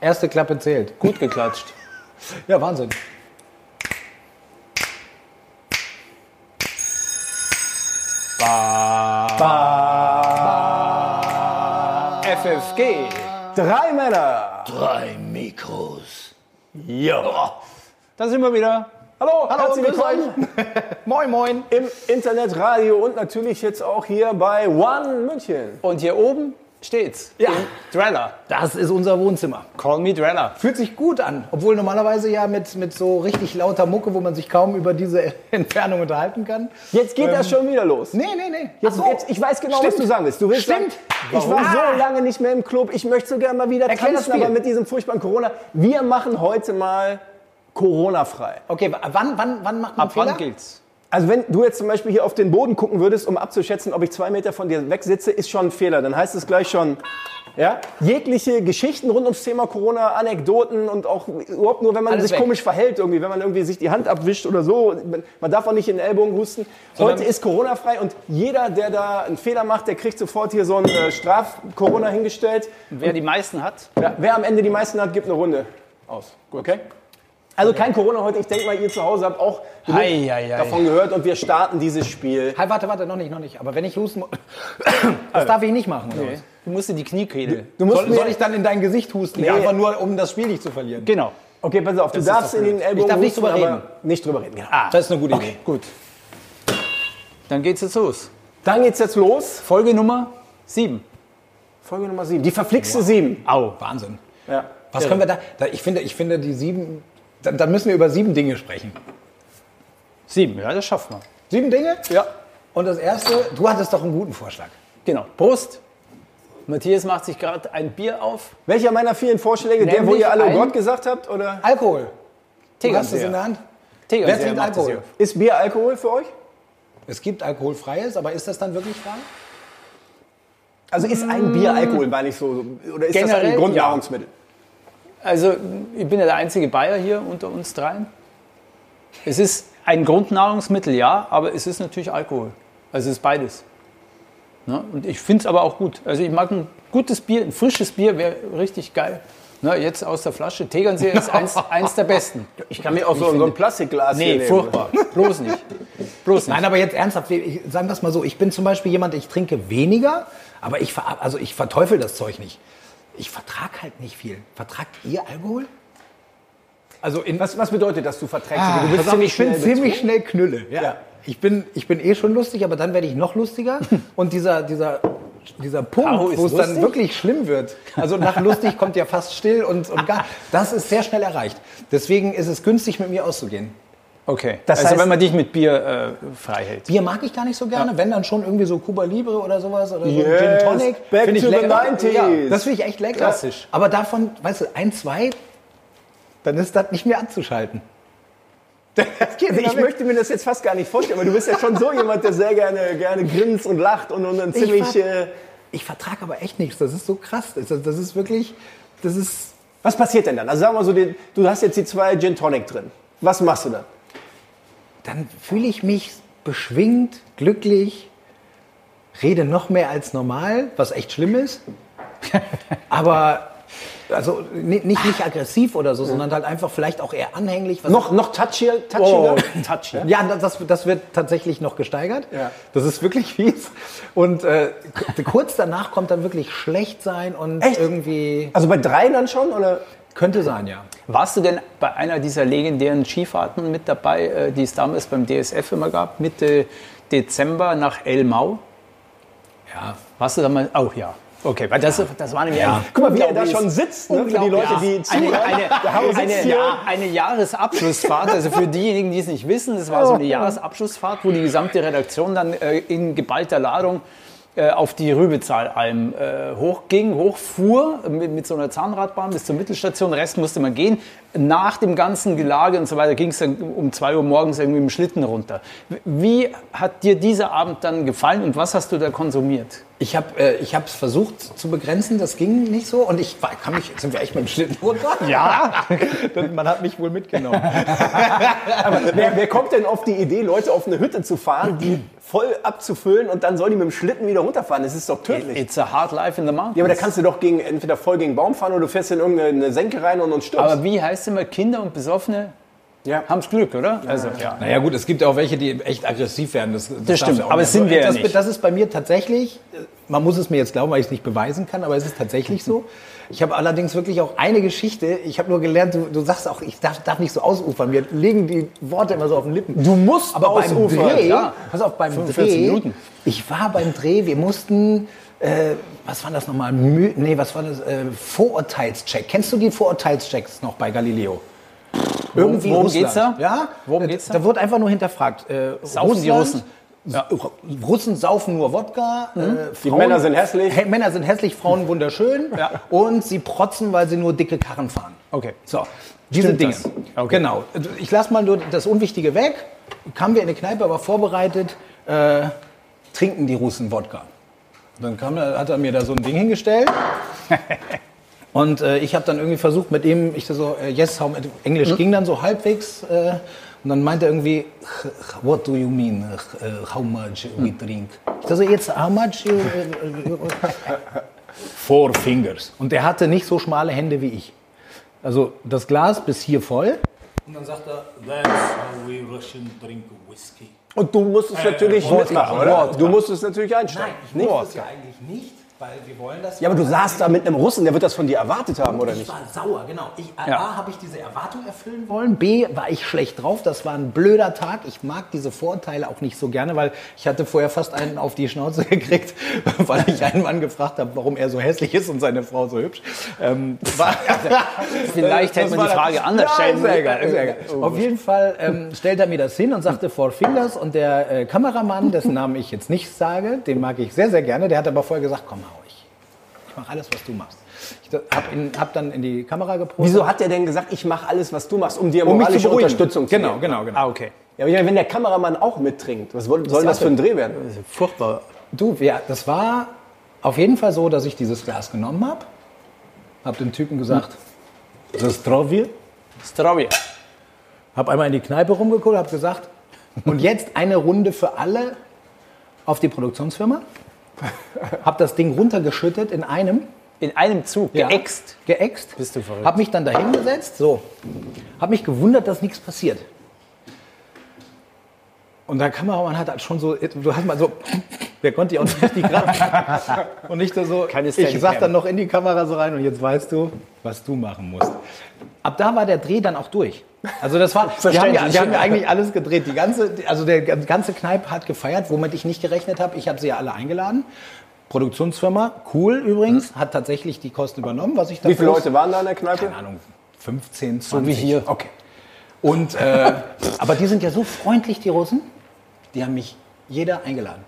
Erste Klappe zählt. Gut geklatscht. Ja, Wahnsinn. FFG. Drei Männer. Drei Mikros. Ja. Da sind wir wieder. Hallo, Herzlich grüß euch. willkommen Moin, moin. im Internetradio und natürlich jetzt auch hier bei One München. Und hier oben steht's. Ja. Im Dreller. Das ist unser Wohnzimmer. Call me Dreller. Fühlt sich gut an, obwohl normalerweise ja mit, mit so richtig lauter Mucke, wo man sich kaum über diese Entfernung unterhalten kann. Jetzt geht das schon wieder los. Nee, nee, nee. Jetzt, Ach so. jetzt, ich weiß genau, Stimmt. was du sagen willst. Du willst Stimmt. Sagen, ich Warum? war Ah. so lange nicht mehr im Club. Ich möchte so gerne mal wieder Erklär das tanzen, Spiel. aber mit diesem furchtbaren Corona. Wir machen heute mal Corona-frei. Okay, wa- wann, wann, wann macht man Ab Fehler? wann gilt's? Also wenn du jetzt zum Beispiel hier auf den Boden gucken würdest, um abzuschätzen, ob ich zwei Meter von dir weg sitze, ist schon ein Fehler. Dann heißt es gleich schon, ja, jegliche Geschichten rund ums Thema Corona, Anekdoten und auch überhaupt nur, wenn man Alles sich weg. komisch verhält irgendwie, wenn man irgendwie sich die Hand abwischt oder so. Man- Man darf auch nicht in den Ellbogen husten. Heute ist Corona frei und jeder, der da einen Fehler macht, der kriegt sofort hier so ein äh, Straf-Corona hingestellt. Wer die meisten hat? Ja, wer am Ende die meisten hat, gibt eine Runde. Aus. Okay? Also kein Corona heute. Ich denke mal, ihr zu Hause habt auch genug Ei, ei, ei. davon gehört und wir starten dieses Spiel. Hey, warte, warte, noch nicht, noch nicht. Aber wenn ich husten muss, das darf ich nicht machen. oder was? Du musst in die Kniekehle. Du musst Soll, mir- soll ich dann in dein Gesicht husten? Nee. Einfach nur, um das Spiel nicht zu verlieren. Genau. Okay, pass auf, du ist darfst doch in den blöd. Ellbogen Ich darf nicht drüber husten, reden. Ah. aber Nicht drüber reden, genau. Das ist eine gute Idee. Gut. Dann geht's jetzt los. Dann geht's jetzt los. Folge Nummer 7. Folge Nummer 7. Die verflixte 7. Au, Wahnsinn. Ja. Was können wir da, da ich, finde, ich finde, die sieben, dann, dann müssen wir über sieben Dinge sprechen. 7, ja, das schafft man. Sieben Dinge? Ja. Und das erste, du hattest doch einen guten Vorschlag. Genau. Prost. Matthias macht sich gerade ein Bier auf. Welcher meiner vielen Vorschläge, der, wo Nämlich ihr alle ein- oh Gott gesagt habt, oder? Alkohol. Du hast es Tegernseher. in der Hand. Tegernseher Wer trinkt macht das Alkohol? Ist Bier Alkohol für euch? Es gibt alkoholfreies, aber ist das dann wirklich frei? Also ist Mm. ein Bier Alkohol, meine ich so. so- Oder ist das Generell, ein ja. Grundnahrungsmittel? Also, ich bin ja der einzige Bayer hier unter uns dreien. Es ist ein Grundnahrungsmittel, ja, aber es ist natürlich Alkohol. Also, es ist beides. Ne? Und ich finde es aber auch gut. Also, ich mag ein gutes Bier, ein frisches Bier wäre richtig geil. Ne? Jetzt aus der Flasche. Tegernseher ist eins, eins der besten. Ich kann mir auch so, so ein Plastikglas hier Nee, nehmen. furchtbar. Bloß nicht. Bloß nicht. Nein, aber jetzt ernsthaft, ich, sagen wir es mal so, ich bin zum Beispiel jemand, ich trinke weniger, aber ich, ver, also ich verteufel das Zeug nicht. Ich vertrag halt nicht viel. Vertragt ihr Alkohol? Also in was, was bedeutet das, du verträgst? Ah, du bist pass auf, ziemlich ich bin schnell ziemlich schnell Knülle. Ja. Ja. Ich, bin, ich bin eh schon lustig, aber dann werde ich noch lustiger. Und dieser, dieser, dieser Au, Punkt, ist wo es dann lustig? wirklich schlimm wird, also nach lustig kommt ja fast still und, und gar, das ist sehr schnell erreicht. Deswegen ist es günstig, mit mir auszugehen. Okay. Das also, heißt- wenn man dich mit Bier äh, frei hält. Bier mag ich gar nicht so gerne, wenn dann schon irgendwie so Cuba Libre oder sowas oder so Yes, back Find ich to the lecker. 90s. Ja, das finde ich echt lecker. Klassisch. Aber davon, weißt du, ein, zwei, dann ist das nicht mehr anzuschalten. Das geht Also ich möchte mir das jetzt fast gar nicht vorstellen, aber du bist ja schon so jemand, der sehr gerne, gerne grinst und lacht und, und dann Ich ziemlich. fand- Äh, Ich vertrage aber echt nichts. Das ist so krass. Das, das ist wirklich. Das ist. was passiert denn dann? Also sagen wir so, den- du hast jetzt die zwei Gin Tonic drin. Was machst du dann? Dann fühle ich mich beschwingt, glücklich, rede noch mehr als normal, was echt schlimm ist. aber also ni- nicht, nicht aggressiv oder so, sondern halt einfach vielleicht auch eher anhänglich. Was Noch, noch touchier, touchiger? Also Oh, touchy. Ja, das, das wird tatsächlich noch gesteigert. Ja. Das ist wirklich fies. Und äh, k- kurz danach kommt dann wirklich schlecht sein und Echt? irgendwie. Also bei drei dann schon? Oder? Könnte sein, ja. Warst du denn bei einer dieser legendären Skifahrten mit dabei, äh, die es damals beim DSF immer gab, Mitte Dezember nach Elmau? Ja, Warst du da mal? Auch ja. Okay, weil das, das war nämlich ein Guck mal, wie er da unglaubliches- schon sitzt, ne? für die Leute, die zuhören. eine, eine, der Haro sitzt eine, hier. ja, eine Jahresabschlussfahrt, also für diejenigen, die es nicht wissen, das war so Oh. eine Jahresabschlussfahrt, wo die gesamte Redaktion dann äh, in geballter Ladung äh, auf die Rübezahlalm äh, hochging, hochfuhr mit, mit so einer Zahnradbahn bis zur Mittelstation, Rest musste man gehen. Nach dem ganzen Gelage und so weiter ging es dann um 2 Uhr morgens irgendwie im Schlitten runter. Wie hat dir dieser Abend dann gefallen und was hast du da konsumiert? Ich habe äh, ich hab's versucht zu begrenzen, das ging nicht so. Und ich war- kann mich, sind wir echt mit dem Schlitten runter? Ja. Man hat mich wohl mitgenommen. Wer, wer kommt denn auf die Idee, Leute auf eine Hütte zu fahren, die voll abzufüllen und dann sollen die mit dem Schlitten wieder runterfahren? Das ist doch tödlich. It's a hard life in the mountains. ja, aber da kannst du doch gegen, entweder voll gegen einen Baum fahren oder du fährst in irgendeine Senke rein und, und stirbst. Aber wie heißt immer, Kinder und Besoffene ja. haben's Glück, oder? also, ja. Naja gut, es gibt ja auch welche, die echt aggressiv werden. Das, das, darfst stimmt, du auch aber nicht. es sind wir ja das, nicht. Das ist bei mir tatsächlich, äh, man muss es mir jetzt glauben, weil ich es nicht beweisen kann, aber es ist tatsächlich so. Ich habe allerdings wirklich auch eine Geschichte, ich habe nur gelernt, du, du sagst auch, ich darf, darf nicht so ausufern, mir liegen die Worte immer so auf den Lippen. Du musst aber beim ausufern, Dreh, ja. pass auf, beim 45 Dreh, Minuten. ich war beim Dreh, wir mussten, äh, was war das nochmal, Mü nee, was war das, äh, Vorurteilscheck. Kennst du die Vorurteilschecks noch bei Galileo? Irgendwie worum Russland. geht's da? Ja, Worum äh, geht's da? da wurde einfach nur hinterfragt. Äh, Saufen die Russen? Mhm. Ja. Russen saufen nur Wodka. Äh, Frauen- Männer sind hässlich. Hä- Männer sind hässlich, Frauen wunderschön. Und sie protzen, weil sie nur dicke Karren fahren. Okay. So, diese Stimmt Dinge. das? Okay. Genau. Ich lasse mal nur das Unwichtige weg. Kamen wir in eine Kneipe, aber vorbereitet, äh, trinken die Russen Wodka. Dann kam, er- hat er mir da so ein Ding hingestellt. Und äh, ich habe dann irgendwie versucht mit ihm, ich so, äh, yes, how much- Mhm. Englisch ging dann so halbwegs. Äh, und dann meinte er irgendwie, "Ch- ch- what do you mean, ch- äh, how much Mhm. we drink? Ich so, jetzt how much? You, äh, you, Four fingers. Und er hatte nicht so schmale Hände wie ich. Also das Glas bis hier voll. Und dann sagt er, that's how we Russian drink whiskey. Und du musst es natürlich mitmachen, Äh, oder? Du musst es natürlich einstellen. das ja eigentlich nicht, weil wir wollen das Ja, aber du saßt da mit einem Russen, der wird das von dir erwartet haben, oder Ich nicht? war sauer, genau. Ich, A, habe ich diese Erwartung erfüllen wollen, B, war ich schlecht drauf, das war ein blöder Tag. Ich mag diese Vorteile auch nicht so gerne, weil ich hatte vorher fast einen auf die Schnauze gekriegt, weil ich einen Mann gefragt habe, warum er so hässlich ist und seine Frau so hübsch. Ähm, war, Vielleicht hätte Das man die war- Frage anders ja, stellen ist ja egal, sollen. ist ja egal. Oh Auf jeden Fall ähm, stellt er mir das hin und sagte Four Fingers und der äh, Kameramann, dessen Namen ich jetzt nicht sage, den mag ich sehr, sehr gerne, der hat aber vorher gesagt, komm, hau ich. Ich mache alles, was du machst. Ich habe hab dann in die Kamera gepostet. Wieso hat der denn gesagt, ich mache alles, was du machst, um dir Um mich zu moralische beruhigen. Unterstützung zu Genau, geben? genau, genau. Ah, okay. Ja, aber ich meine, wenn der Kameramann auch mittrinkt, was soll soll das für ein Dreh werden? Furchtbar. Du, ja, das war auf jeden Fall so, dass ich dieses Glas genommen habe, habe dem Typen gesagt, das Trovier, Strawberry. habe einmal in die Kneipe rumgeguckt, habe gesagt, und jetzt eine Runde für alle auf die Produktionsfirma, habe das Ding runtergeschüttet in einem, In einem Zug, Ja. geäxt. geäxt, Bist du verrückt. habe mich dann dahin gesetzt, so, habe mich gewundert, dass nichts passiert. Und der Kameramann hat halt schon so, du hast mal so, der konnte ja auch nicht richtig gerade. Und nicht nur so, Keine ich Steadicam. sag dann noch in die Kamera so rein und jetzt weißt du, was du machen musst. Ab da war der Dreh dann auch durch. Also das war, wir haben, ja, wir haben ja eigentlich alles gedreht. Die ganze, also der ganze Kneipe hat gefeiert, womit ich nicht gerechnet habe. Ich habe sie ja alle eingeladen. Produktionsfirma, cool übrigens, hat tatsächlich die Kosten übernommen, was ich da Hm. Wie viele Leute waren da in der Kneipe? Keine Ahnung, 15, 20. wie hier. Okay. Und, äh, aber die sind ja so freundlich, die Russen. Die haben mich jeder eingeladen.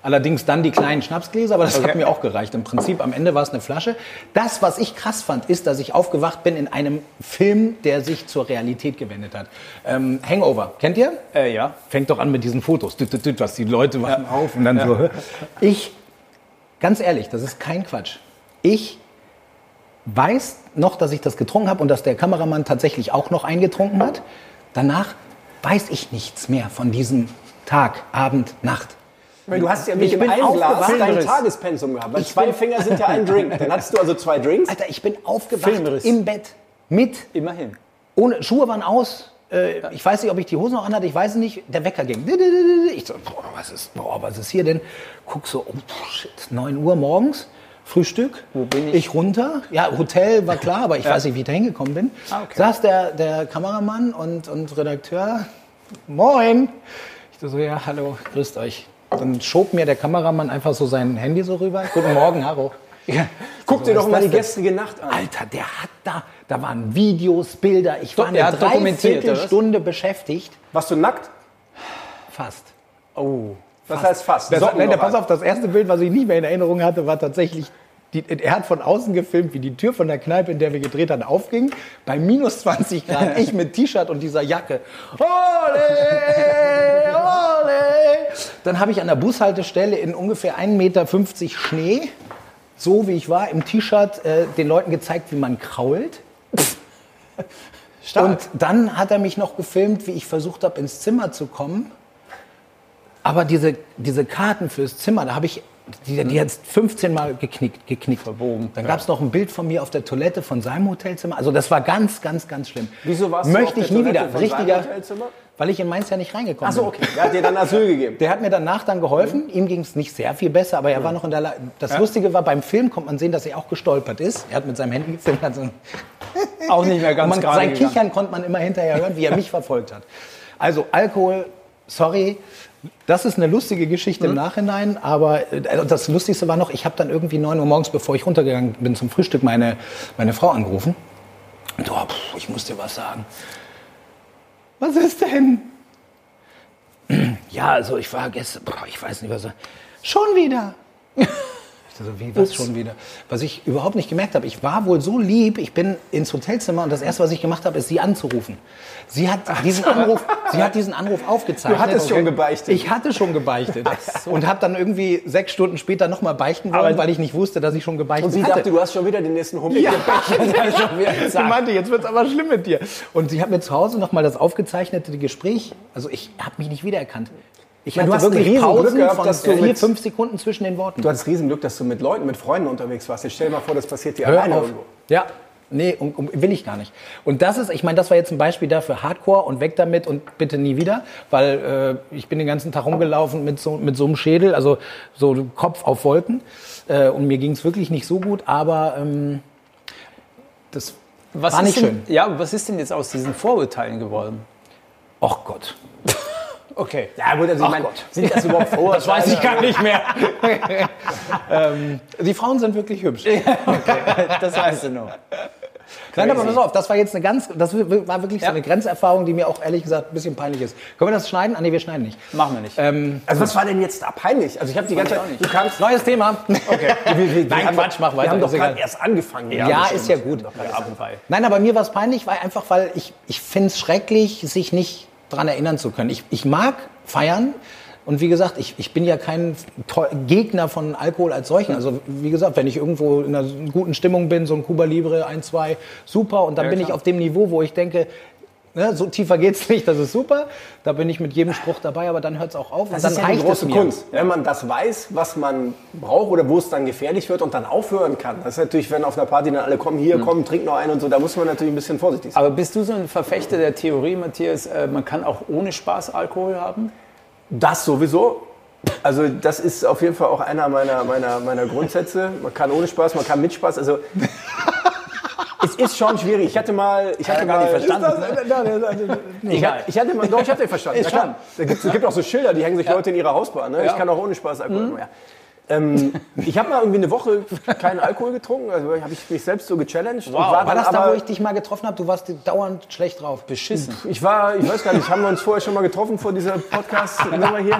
Allerdings dann die kleinen Schnapsgläser, aber das hat mir auch gereicht. Im Prinzip am Ende war es eine Flasche. Das, was ich krass fand, ist, dass ich aufgewacht bin in einem Film, der sich zur Realität gewendet hat. Ähm, Hangover, kennt ihr? Äh, ja. Fängt doch an mit diesen Fotos, düt, düt, düt, was die Leute wachen auf und dann so. Ich, ganz ehrlich, das ist kein Quatsch. Ich weiß noch, dass ich das getrunken habe und dass der Kameramann tatsächlich auch noch eingetrunken hat. Danach weiß ich nichts mehr von diesem Tag, Abend, Nacht. Weil du hast ja nicht Ich in bin einem Glas aufgewacht. dein Tagespensum gehabt. Weil zwei Finger sind ja ein Drink. Dann hattest du also zwei Drinks. Alter, ich bin aufgewacht Filmriss. im Bett mit, Immerhin. ohne Schuhe waren aus. Äh, Ich weiß nicht, ob ich die Hose noch anhatte, ich weiß es nicht. Der Wecker ging. Ich so, boah, was ist, boah, was ist hier denn? Guck so, oh shit, 9 Uhr morgens, Frühstück. Wo bin ich? Ich runter. Ja, Hotel war klar, aber ich weiß nicht, wie ich da hingekommen bin. Ah, okay. Saß der, der Kameramann und, und Redakteur. Moin! Ich so, ja, hallo, grüßt euch. Dann schob mir der Kameramann einfach so sein Handy so rüber. Guten Morgen, Haro. Guck dir doch was mal ist die das denn? gestrige Nacht an. Alter, der hat da, da waren Videos, Bilder. Ich war Doch, der eine hat dokumentiert, oder was? Dreiviertelstunde beschäftigt. Warst du nackt? Fast. Oh. Das heißt fast. Das, Socken nein, der, noch pass an. auf, das erste Bild, was ich nicht mehr in Erinnerung hatte, war tatsächlich die, er hat von außen gefilmt, wie die Tür von der Kneipe, in der wir gedreht hatten, aufging. Bei minus 20 Grad, ich mit T-Shirt und dieser Jacke. Ole, ole. Dann habe ich an der Bushaltestelle in ungefähr 1,50 Meter Schnee, so wie ich war, im T-Shirt äh, den Leuten gezeigt, wie man krault. Und dann hat er mich noch gefilmt, wie ich versucht habe, ins Zimmer zu kommen. Aber diese, diese Karten fürs Zimmer, da habe ich die, Mhm. die jetzt 15 Mal geknickt, geknickt. Verbogen. Dann gab es noch ein Bild von mir auf der Toilette von seinem Hotelzimmer. Also das war ganz, ganz, ganz schlimm. Wieso warst du auf Möchte der ich nie Toilette wieder. von seinem Richtiger, Hotelzimmer? weil ich in Mainz ja nicht reingekommen Achso, bin. okay. Er hat dir dann Asyl gegeben. Der hat mir danach dann Mhm. geholfen. Ihm ging es nicht sehr viel besser, aber er war noch in der Lage. Das Lustige war, beim Film kommt man sehen, dass er auch gestolpert ist. Er hat mit seinem Handy gefilmt. Hat so ein Auch nicht mehr ganz man, gerade sein gegangen. Kichern konnte man immer hinterher hören, wie er mich verfolgt hat. Also Alkohol, sorry, das ist eine lustige Geschichte Mhm. im Nachhinein, aber äh, also das Lustigste war noch, ich habe dann irgendwie 9 Uhr morgens, bevor ich runtergegangen bin zum Frühstück, meine, meine Frau angerufen. Und, oh, pff, ich muss dir was sagen. Was ist denn? Ja, also ich war gestern, boah, ich weiß nicht, was. Schon wieder. Ich dachte so, wie, was schon wieder? Was ich überhaupt nicht gemerkt habe, ich war wohl so lieb, ich bin ins Hotelzimmer und das Erste, was ich gemacht habe, ist, sie anzurufen. Sie hat diesen Anruf, sie hat diesen Anruf aufgezeichnet. Du hattest schon gebeichtet. Ich hatte schon gebeichtet. und habe dann irgendwie sechs Stunden später nochmal beichten wollen, Aber- weil ich nicht wusste, dass ich schon gebeichtet Und sie hatte. dachte, du hast schon wieder den nächsten Hummel. Ja. schon wieder Sie gesagt. meinte, jetzt wird's aber schlimm mit dir. Und sie hat mir zu Hause nochmal das aufgezeichnete Gespräch. Also ich habe mich nicht wiedererkannt. Ich meine, du hatte hast ein wirklich Riesenglück Pausen gehabt, von dass du vier, mit- fünf Sekunden zwischen den Worten. Du hattest Riesenglück, dass du mit Leuten, mit Freunden unterwegs warst. Jetzt stell dir mal vor, das passiert dir Hör alleine auf. irgendwo. Ja. Nee, um, um, will ich gar nicht. Und das ist, ich meine, das war jetzt ein Beispiel dafür, Hardcore und weg damit und bitte nie wieder, weil äh, ich bin den ganzen Tag rumgelaufen mit so, mit so einem Schädel, also so Kopf auf Wolken äh, und mir ging es wirklich nicht so gut, aber ähm, das Was war ist nicht denn, schön. Ja, was ist denn jetzt aus diesen Vorurteilen geworden? Och Gott. Okay. Ja, gut, also ich meine, Gott. sind das überhaupt Vorurteile? Das weiß ich gar nicht mehr. ähm, die Frauen sind wirklich hübsch. Das weißt du noch. Nein, aber pass auf, das war jetzt eine ganz, das war wirklich so eine Grenzerfahrung, die mir auch ehrlich gesagt ein bisschen peinlich ist. Können wir das schneiden? Ah, nee, wir schneiden nicht. Machen wir nicht. Also was war denn jetzt da peinlich? Also ich habe die ganze auch Zeit, nicht. du kamst, Neues Thema. Okay. wir, wir, Nein, Quatsch, mach wir weiter. haben doch ist egal. gerade erst angefangen. Ja, ist ja gut. Auf jeden Fall. Nein, aber mir war es peinlich, weil einfach, weil ich, ich finde es schrecklich, sich nicht dran erinnern zu können. Ich, ich mag feiern. Und wie gesagt, ich, ich bin ja kein to- Gegner von Alkohol als solchen. Also wie gesagt, wenn ich irgendwo in einer guten Stimmung bin, so ein Cuba Libre, ein, zwei, super. Und dann bin ich auf dem Niveau, wo ich denke, ne, so tiefer geht's nicht, das ist super. Da bin ich mit jedem Spruch dabei, aber dann hört's auch auf. Das und dann ist ja die reicht große es mir. Kunst. Wenn man das weiß, was man braucht oder wo es dann gefährlich wird und dann aufhören kann. Das ist natürlich, wenn auf einer Party dann alle kommen, Hm. hier, kommen, trink noch einen und so, da muss man natürlich ein bisschen vorsichtig sein. Aber bist du so ein Verfechter der Theorie, Matthias, äh, man kann auch ohne Spaß Alkohol haben? Das sowieso. Also das ist auf jeden Fall auch einer meiner, meiner, meiner Grundsätze. Man kann ohne Spaß, man kann mit Spaß. Also es ist schon schwierig. Ich hatte mal, ich hatte er gar mal, nicht verstanden, Ist das- nein, nein, nein, nein. Ich, hatte- ich hatte mal, doch, ich hatte den verstanden. Ist Na schon. klar. Da gibt's, es gibt auch so Schilder, die hängen sich Leute in ihre Hausbahn. Ne? Ich kann auch ohne Spaß Alkohol. Ja. Ähm, ich habe mal irgendwie eine Woche keinen Alkohol getrunken. Also habe ich mich selbst so gechallenged. und War, dann das da, aber- wo ich dich mal getroffen habe? Du warst dauernd schlecht drauf. Beschissen. ich war, ich weiß gar nicht, haben wir uns vorher schon mal getroffen vor dieser Podcast-Nummer hier?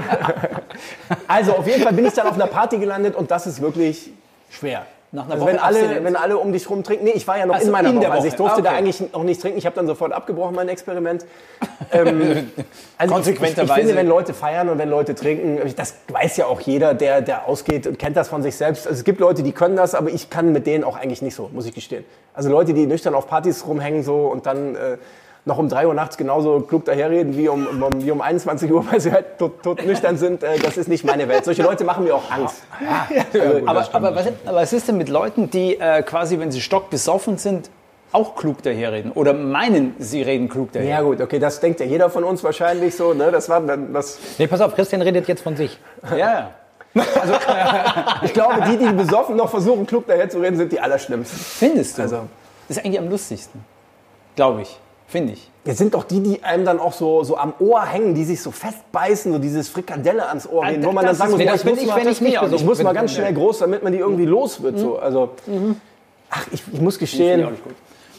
Also auf jeden Fall bin ich dann auf einer Party gelandet und das ist wirklich schwer. Nach einer also Woche wenn alle, Abstinenz. wenn alle um dich rum trinken, nee, ich war ja noch Ach so, in meiner in der Woche, also ich Woche. durfte Ah, da okay. eigentlich noch nicht trinken, ich habe dann sofort abgebrochen mein Experiment. Ähm, also ich, ich, ich Konsequenterweise. finde, wenn Leute feiern und wenn Leute trinken, das weiß ja auch jeder, der, der ausgeht und kennt das von sich selbst. Also es gibt Leute, die können das, aber ich kann mit denen auch eigentlich nicht so, muss ich gestehen. Also Leute, die nüchtern auf Partys rumhängen so und dann äh, noch um 3 Uhr nachts genauso klug daherreden wie um, um, wie um 21 Uhr, weil sie halt tot, tot nüchtern sind, äh, das ist nicht meine Welt. Solche Leute machen mir auch Angst. Also, aber, aber, was, aber was ist denn mit Leuten, die äh, quasi, wenn sie stockbesoffen sind, auch klug daherreden? Oder meinen, sie reden klug daher? Ja gut, okay, das denkt ja jeder von uns wahrscheinlich so. Ne? Das war dann das. Nee, pass auf, Christian redet jetzt von sich. Ja, ja. Ich glaube, die, die besoffen noch versuchen, klug daherzureden, sind die allerschlimmsten. Findest du? Also Das ist eigentlich am lustigsten. Glaube ich. Finde ich. das sind doch die, die einem dann auch so, so am Ohr hängen, die sich so festbeißen, so dieses Frikadelle ans Ohr reden, wo man dann Ah, das sagen muss, ist- nee, boah, das ich bin muss ich, mal, Also wenn ich nicht ich besoffen muss bin. mal ganz schnell groß, damit man die irgendwie los wird. So. Also, ach, ich, ich muss Finde ich gestehen, auch nicht gut.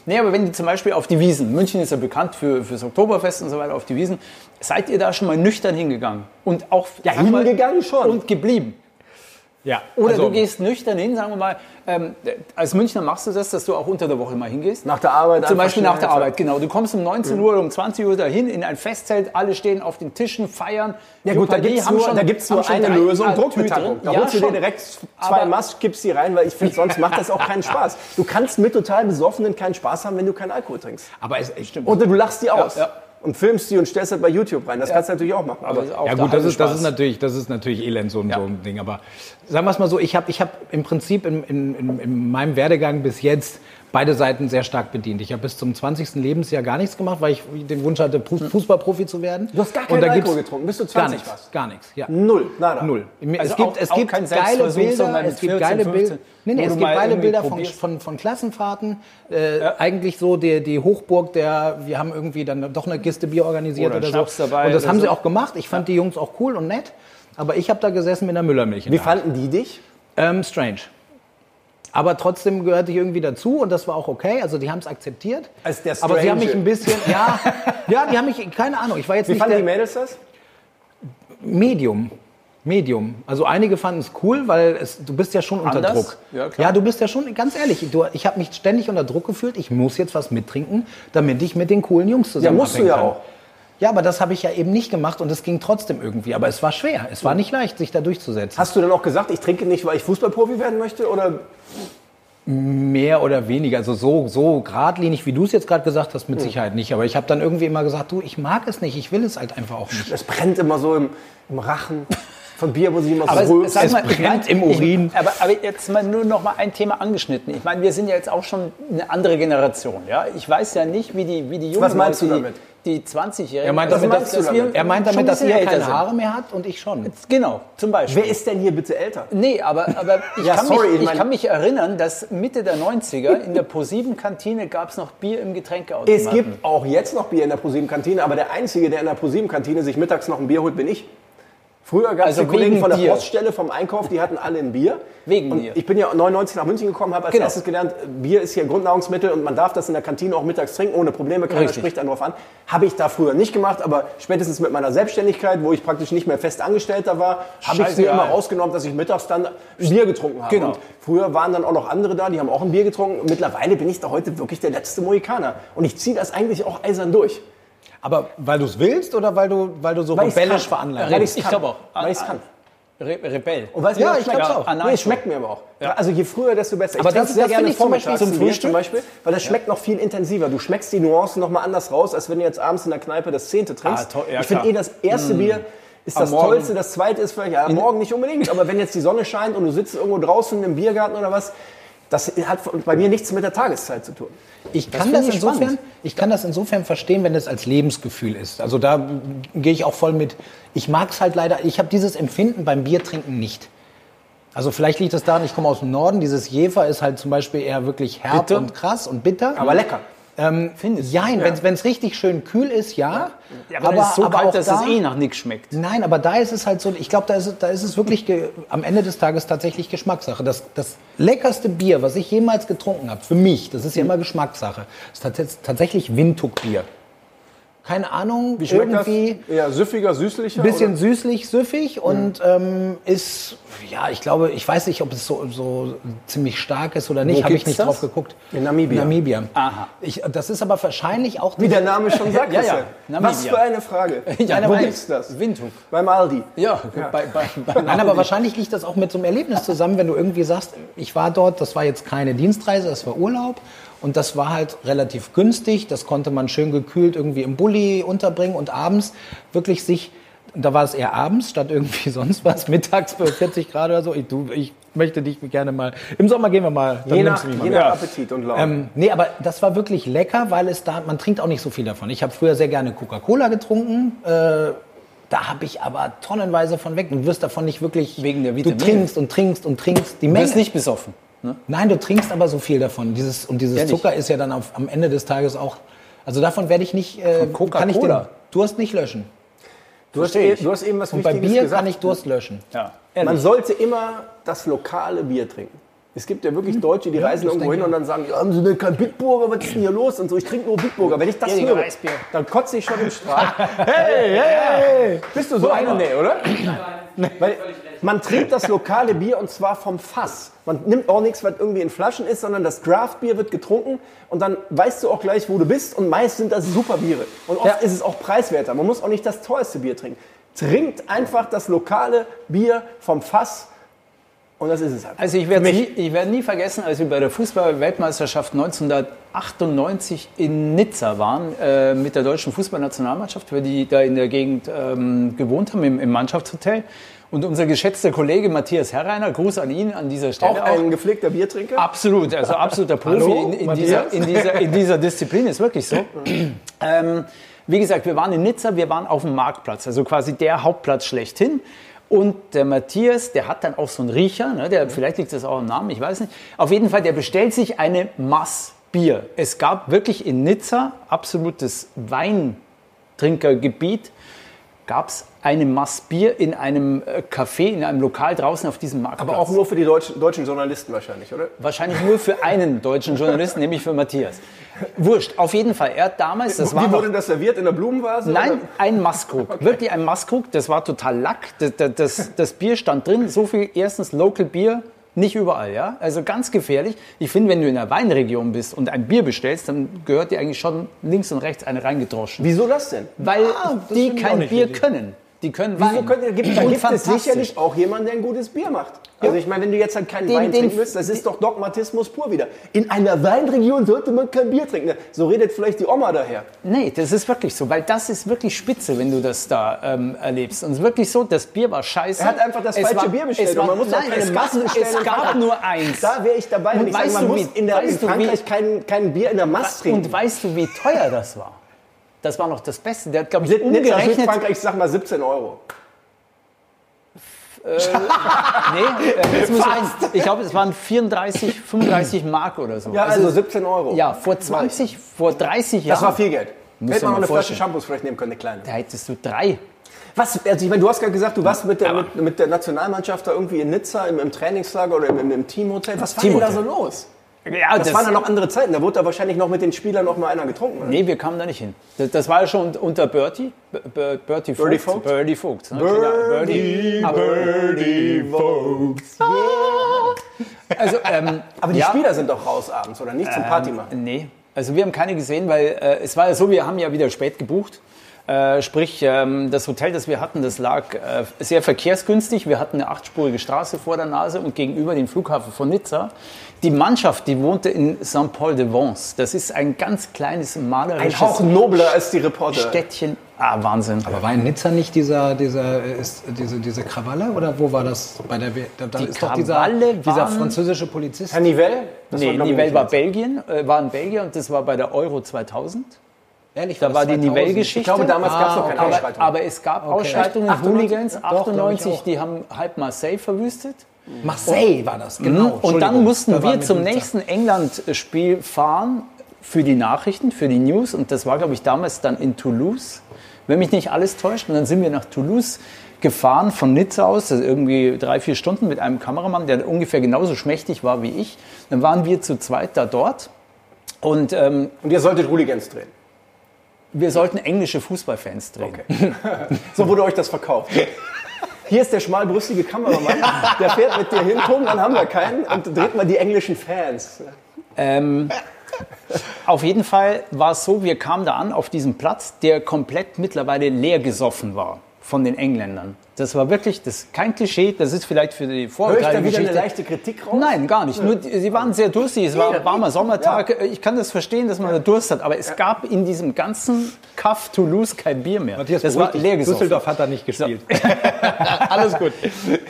Nee, aber wenn die zum Beispiel auf die Wiesen, München ist ja bekannt für, fürs Oktoberfest und so weiter, auf die Wiesen, seid ihr da schon mal nüchtern hingegangen? Und auch Ja, sag mal, um hingegangen schon. Und geblieben. Ja. Oder Also- du gehst nüchtern hin, sagen wir mal. Ähm, als Münchner machst du das, dass du auch unter der Woche mal hingehst. ne? Nach der Arbeit Zum einfach Beispiel schnell nach der einfach- Mhm. Arbeit, genau. Du kommst um 19 Uhr oder um 20 Uhr dahin in ein Festzelt, alle stehen auf den Tischen, feiern. Ja gut, da Jeopardy, gibt es haben nur, schon- da gibt's haben nur schon eine drei Lösung, Tüten Druckbetankung. drin. Da ja, holst du dir schon. direkt zwei Aber- Masch, gibst die rein, weil ich finde, sonst macht das auch keinen Spaß. Du kannst mit total Besoffenen keinen Spaß haben, wenn du keinen Alkohol trinkst. Aber es es stimmt. Und du lachst die aus. ja. Und filmst die und stellst das bei YouTube rein. Das kannst du natürlich auch machen. Aber Aber ist auch ja der gut, das halbe ist, das Spaß. ist natürlich, das ist natürlich elend so ein, so ein Ding. Aber sagen wir es mal so, ich habe ich hab im Prinzip in, in, in, in meinem Werdegang bis jetzt beide Seiten sehr stark bedient. Ich habe bis zum 20. Lebensjahr gar nichts gemacht, weil ich den Wunsch hatte, Fu- Fußballprofi zu werden. Hm. du hast gar Und keinen da Alkohol gibt's getrunken, Hm. bis du Gar 20 nichts, warst. gar nichts. Ja. Null, nada. Null. Also es gibt, auch- es auch gibt kein geile Selbstversuch, Bilder, sondern es mit gibt 14, geile 15, Bilder, nee, nee, wo du es mal gibt geile irgendwie Bilder von, probierst. von, von Klassenfahrten. Äh, Eigentlich so die, die Hochburg der, wir haben irgendwie dann doch eine Kiste Bier organisiert Oder oder, Schnaps so. dabei und das oder haben sie so. auch gemacht. Ich fand die Jungs auch cool und nett. Aber ich habe da gesessen mit einer Müllermilch. in Wie der Hand. fanden die dich? Ähm, strange. Aber trotzdem gehörte ich irgendwie dazu und das war auch okay. Also die haben es akzeptiert. Als der Aber sie haben mich Strange. ein bisschen, ja, ja, die haben mich, keine Ahnung, ich war jetzt Wie nicht fanden der, die Mädels das? Medium. Medium. Also einige fanden es cool, weil es, du bist ja schon unter Anders? Druck. Ja, klar. du bist ja schon, ganz ehrlich, du, ich habe mich ständig unter Druck gefühlt, ich muss jetzt was mittrinken, damit ich mit den coolen Jungs Ja, zusammen musst du abhängen ja kann. auch. Ja, aber das habe ich ja eben nicht gemacht und es ging trotzdem irgendwie. Aber es war schwer. Es war nicht leicht, sich da durchzusetzen. Hast du dann auch gesagt, ich trinke nicht, weil ich Fußballprofi werden möchte? Oder mehr oder weniger, also so, so geradlinig, wie du es jetzt gerade gesagt hast, mit Sicherheit nicht. Aber ich habe dann irgendwie immer gesagt, du, ich mag es nicht, ich will es halt einfach auch nicht. es brennt immer so im, im Rachen von Bier, wo sie immer Aber so rülpsen. Also, sag es mal, ich brennt mein, im Urin. Ich, aber, aber jetzt mal nur noch mal ein Thema angeschnitten. Ich meine, wir sind ja jetzt auch schon eine andere Generation. Ja? Ich weiß ja nicht, wie die, wie die jungen Was meinst Leute, du damit? Die, die 20-Jährigen. Er meint Was damit, meinst dass, du dass wir, damit? er meint Schon damit, dass ein bisschen ihr keine älter sind. Haare mehr habt und ich schon. Genau, zum Beispiel. Wer ist denn hier bitte älter? Nee, aber, aber ich, Ja, kann sorry, ich mich, ich meine- kann mich erinnern, dass Mitte der 90er in der ProSieben-Kantine gab es noch Bier im Getränkeautomaten. Es gibt auch jetzt noch Bier in der ProSieben-Kantine, aber der Einzige, der in der ProSieben-Kantine sich mittags noch ein Bier holt, bin ich. Früher gab es Also die Kollegen wegen von der dir. Poststelle vom Einkauf, die hatten alle ein Bier. Wegen und dir. Ich bin ja 99 nach München gekommen, habe als Genau. erstes gelernt, Bier ist hier Grundnahrungsmittel und man darf das in der Kantine auch mittags trinken, ohne Probleme, keiner Richtig. spricht einen drauf an. Habe ich da früher nicht gemacht, aber spätestens mit meiner Selbstständigkeit, wo ich praktisch nicht mehr fest Angestellter war, habe ich es mir Scheißegal. immer rausgenommen, dass ich mittags dann Bier getrunken habe. Genau. Und Früher waren dann auch noch andere da, die haben auch ein Bier getrunken. Mittlerweile bin ich da heute wirklich der letzte Mohikaner. Und ich ziehe das eigentlich auch eisern durch. Aber weil du es willst oder weil du, weil du so Weil ich's rebellisch kann. veranlagt Weil bist? ich's Ich kann. glaube auch. Weil ich's kann. Re Rebell. Und weißt du, Ja, mir ich glaub's schmeckt? auch. Ah, Nee, es schmeckt mir aber auch. Also je früher, desto besser. Aber das- trink's sehr das gerne finde ich zum vormittags Beispiel zum ein Bier Frühstück. zum Beispiel, weil das schmeckt noch viel intensiver. Du schmeckst die Nuancen noch mal anders raus, als wenn du jetzt abends in der Kneipe das zehnte trinkst. Ah, toll, ja, ich finde klar. eh, das erste Bier ist das Morgen- Tollste, das zweite ist vielleicht, ja, morgen nicht unbedingt, aber wenn jetzt die Sonne scheint und du sitzt irgendwo draußen im Biergarten oder was, das hat bei mir nichts mit der Tageszeit zu tun. Ich kann finde das, ich insofern, spannend. ich kann das insofern verstehen, wenn es als Lebensgefühl ist. Also da mm, gehe ich auch voll mit. Ich mag es halt leider, ich habe dieses Empfinden beim Biertrinken nicht. Also vielleicht liegt es daran, ich komme aus dem Norden, dieses Jefer ist halt zum Beispiel eher wirklich herb Bitter. und krass und bitter. Aber lecker. Findest du? Jein, wenn es richtig schön kühl ist, ja. Ja, aber, das ist so auch kalt, dass da- es eh nach nichts schmeckt. Nein, aber da ist es halt so, ich glaube, da ist, es- da ist es wirklich ge, am Ende des Tages tatsächlich Geschmackssache. Das, das leckerste Bier, was ich jemals getrunken habe, für mich, das ist ja immer Geschmackssache, ist tats tatsächlich Windhoek-Bier. Keine Ahnung, irgendwie Eher süffiger, süßlicher? ein bisschen süßlich, süffig und ähm, ist, ja, ich glaube, ich weiß nicht, ob es so, so ziemlich stark ist oder nicht, habe ich gibt's nicht das? drauf geguckt. In Namibia. Namibia. Aha. Ich, das ist aber wahrscheinlich auch... Wie der Name schon sagt. Ja, ja. Christian. Namibia. Was für eine Frage. Ja, Wo weiß. gibt's das? Windhoek. Beim Aldi. Ja, bei, bei, bei Nein, aber wahrscheinlich liegt das auch mit so einem Erlebnis zusammen, wenn du irgendwie sagst, ich war dort, das war jetzt keine Dienstreise, das war Urlaub und das war halt relativ günstig, das konnte man schön gekühlt irgendwie im Bulli unterbringen und abends wirklich sich, da war es eher abends statt irgendwie sonst was, mittags bei 40 Grad oder so, ich, du, ich möchte dich gerne mal, im Sommer gehen wir mal, dann Je nimmst nach, du mich je mal. nach Appetit und Laune. Ähm, nee, aber das war wirklich lecker, weil es da, man trinkt auch nicht so viel davon. Ich habe früher sehr gerne Coca-Cola getrunken. Äh, da habe ich aber tonnenweise von weg. Du wirst davon nicht wirklich. Wegen der Du Vitamine. trinkst und trinkst und trinkst. Die Du Menge. bist nicht besoffen. Nein, du trinkst aber so viel davon. Dieses, und dieses Ehrlich? Zucker ist ja dann auf, am Ende des Tages auch. Also davon werde ich nicht. Äh, Von kann ich den Coca-Cola? Durst nicht löschen. du, hast verstehe eh- ich. du hast eben was Und bei Wichtiges Bier gesagt. kann ich Durst löschen. Ja. Man sollte immer das lokale Bier trinken. Es gibt ja wirklich Deutsche, die reisen Hm. das irgendwo hin denke und dann sagen, ja, haben Sie denn kein Bitburger, was ist denn hier los? Und so, ich trinke nur Bitburger. Wenn ich das Ehrlicher höre, Weißbier. dann kotze ich schon im Strahl. hey, hey, hey, Bist du so einer? Nee, oder? Weil man trinkt das lokale Bier und zwar vom Fass. Man nimmt auch nichts, was irgendwie in Flaschen ist, sondern das Craft-Bier wird getrunken und dann weißt du auch gleich, wo du bist und meist sind das super Biere. Und oft ist es auch preiswerter. Man muss auch nicht das teuerste Bier trinken. Trinkt einfach das lokale Bier vom Fass und das ist es halt. Also ich werde nie, ich werde nie vergessen, als wir bei der Fußball-Weltmeisterschaft 1998 in Nizza waren äh, mit der deutschen Fußballnationalmannschaft, weil die da in der Gegend ähm, gewohnt haben im, im Mannschaftshotel. Und unser geschätzter Kollege Matthias Herreiner, Gruß an ihn an dieser auch Stelle auch. ein gepflegter Biertrinker. Absolut, also absoluter Profi Hallo, in, in, Matthias? dieser, in, dieser, in dieser Disziplin, ist wirklich so. ähm, wie gesagt, wir waren in Nizza, wir waren auf dem Marktplatz, also quasi der Hauptplatz schlechthin. Und der Matthias, der hat dann auch so einen Riecher, ne, der, vielleicht liegt das auch im Namen, ich weiß nicht. Auf jeden Fall, der bestellt sich eine Mass Bier. Es gab wirklich in Nizza absolutes Weintrinkergebiet gab es eine Mass Bier in einem äh, Café, in einem Lokal draußen auf diesem Marktplatz. Aber auch nur für die deutschen, deutschen Journalisten wahrscheinlich, oder? Wahrscheinlich nur für einen deutschen Journalisten, nämlich für Matthias. Wurscht, auf jeden Fall. Er hat damals, das war Wie noch, wurde das serviert? In der Blumenvase? nein, ein Maskrug. Wirklich ein Maskrug, das war total Lack. Das, das, das Bier stand drin, so viel erstens Local Bier, nicht überall, ja. Also ganz gefährlich. Ich finde, wenn du in einer Weinregion bist und ein Bier bestellst, dann gehört dir eigentlich schon links und rechts eine reingedroschen. Wieso das denn? Weil die Ah, finde ich auch kein nicht Bier richtig. können. Die können Wieso Wein. könnt ihr, gibt, da Und gibt es fantastisch. sicherlich auch jemanden, der ein gutes Bier macht. Also ich meine, wenn du jetzt halt keinen Den- Wein den- trinken willst, das ist doch Dogmatismus pur wieder. In einer Weinregion sollte man kein Bier trinken. So redet vielleicht die Oma daher. Nee, das ist wirklich so, weil das ist wirklich spitze, wenn du das da ähm, erlebst. Und es ist wirklich so, das Bier war scheiße. Er hat einfach das falsche Bier bestellt es War, und man muss auch nein, keine es Massen gab, bestellen Es und gab verraten. nur eins. Da wäre ich dabei. Und wenn ich sage, weißt man du, muss wie- in, der, in weißt du, wie- Frankreich kein, kein Bier in der Masse und trinken. weißt du, wie teuer das war? Das war noch das Beste. Der hat, glaube ich, Sind nicht in umgerechnet. Frankreich, ich sag mal 17 Euro. Nee, äh, jetzt muss ich, rein. ich glaube, es waren 34, 35 Mark oder so. Ja, also 17 Euro. ja, vor 20, vor 30 Jahren. Das war viel Geld. Muss Hätte man man mal noch eine Flasche vorstellen. Shampoos vielleicht nehmen können, eine kleine. Da hättest du drei. Was, also ich meine, du hast gerade gesagt, du warst mit der, mit, mit der Nationalmannschaft da irgendwie in Nizza im, im Trainingslager oder im, im, im Teamhotel. Was war denn da so Teamhotel. los? Ja, Das, waren ja noch andere Zeiten. Da wurde da wahrscheinlich noch mit den Spielern noch mal einer getrunken. Oder? Nee, wir kamen da nicht hin. Das, das war ja schon unter Bertie. B- B- Bertie Vogt. Bertie Vogt? Bertie Vogt. Ne? Birdie, Aber- Birdie Votes. Also, ähm, Aber die ja, Ähm, Spieler sind doch raus abends, oder nicht? Zum Party machen. Nee, also wir haben keine gesehen, weil äh, es war ja so, wir haben ja wieder spät gebucht. Äh, sprich, ähm, das Hotel, das wir hatten, das lag äh, sehr verkehrsgünstig. Wir hatten eine achtspurige Straße vor der Nase und gegenüber den Flughafen von Nizza. Die Mannschaft, die wohnte in Saint-Paul-de-Vence. Das ist ein ganz kleines malerisches Ein Hauch nobler als die Reporter. Städtchen. Ah, Wahnsinn. Aber war in Nizza nicht dieser, dieser, äh, ist, diese, diese Krawalle? Oder wo war das bei der W- da, da Die ist doch dieser, Krawalle dieser waren- französische Polizist. Herr Nivelle? Das Nee, glaub ich, Nivelle nicht war Nizza. Belgien, äh, war in Belgien und das war bei der Euro 2000. Ehrlich, Da war die 2000? Nivelle-Geschichte. Ich glaube, damals gab es noch keine aber, Ausschreitung. aber es gab Ausschreitungen, Echt? 98? Hooligans, Doch, glaub ich 98, auch. die haben halb Marseille verwüstet. Marseille war das, genau. Mhm. Hm? und dann Entschuldigung, mussten da waren wir zum in Nizza. nächsten England-Spiel fahren für die Nachrichten, für die News. Und das war, glaube ich, damals dann in Toulouse, wenn mich nicht alles täuscht. Und dann sind wir nach Toulouse gefahren von Nizza aus, das ist irgendwie drei, vier Stunden mit einem Kameramann, der ungefähr genauso schmächtig war wie ich. Dann waren wir zu zweit da dort. Und ähm, Und ihr solltet Hooligans drehen. wir sollten englische Fußballfans drehen. So wurde euch das verkauft. Hier ist der schmalbrüstige Kameramann, der fährt mit dir hin, Tom, dann haben wir keinen und dreht mal die englischen Fans. Ähm, auf jeden Fall war es so, wir kamen da an auf diesem Platz, der komplett mittlerweile leer gesoffen war von den Engländern. Das war wirklich, das ist kein Klischee, das ist vielleicht für die Höre ich da Vorurteile wieder eine leichte Kritik raus? Nein, gar nicht. Nur, die- sie waren sehr durstig. Es war ein warmer Sommertag. Ich kann das verstehen, dass man da Durst hat. Aber es gab in diesem ganzen Kaff Toulouse kein Bier mehr. Matthias, das war beruhig dich. leer gesoffen. Düsseldorf hat da nicht gespielt. Alles gut.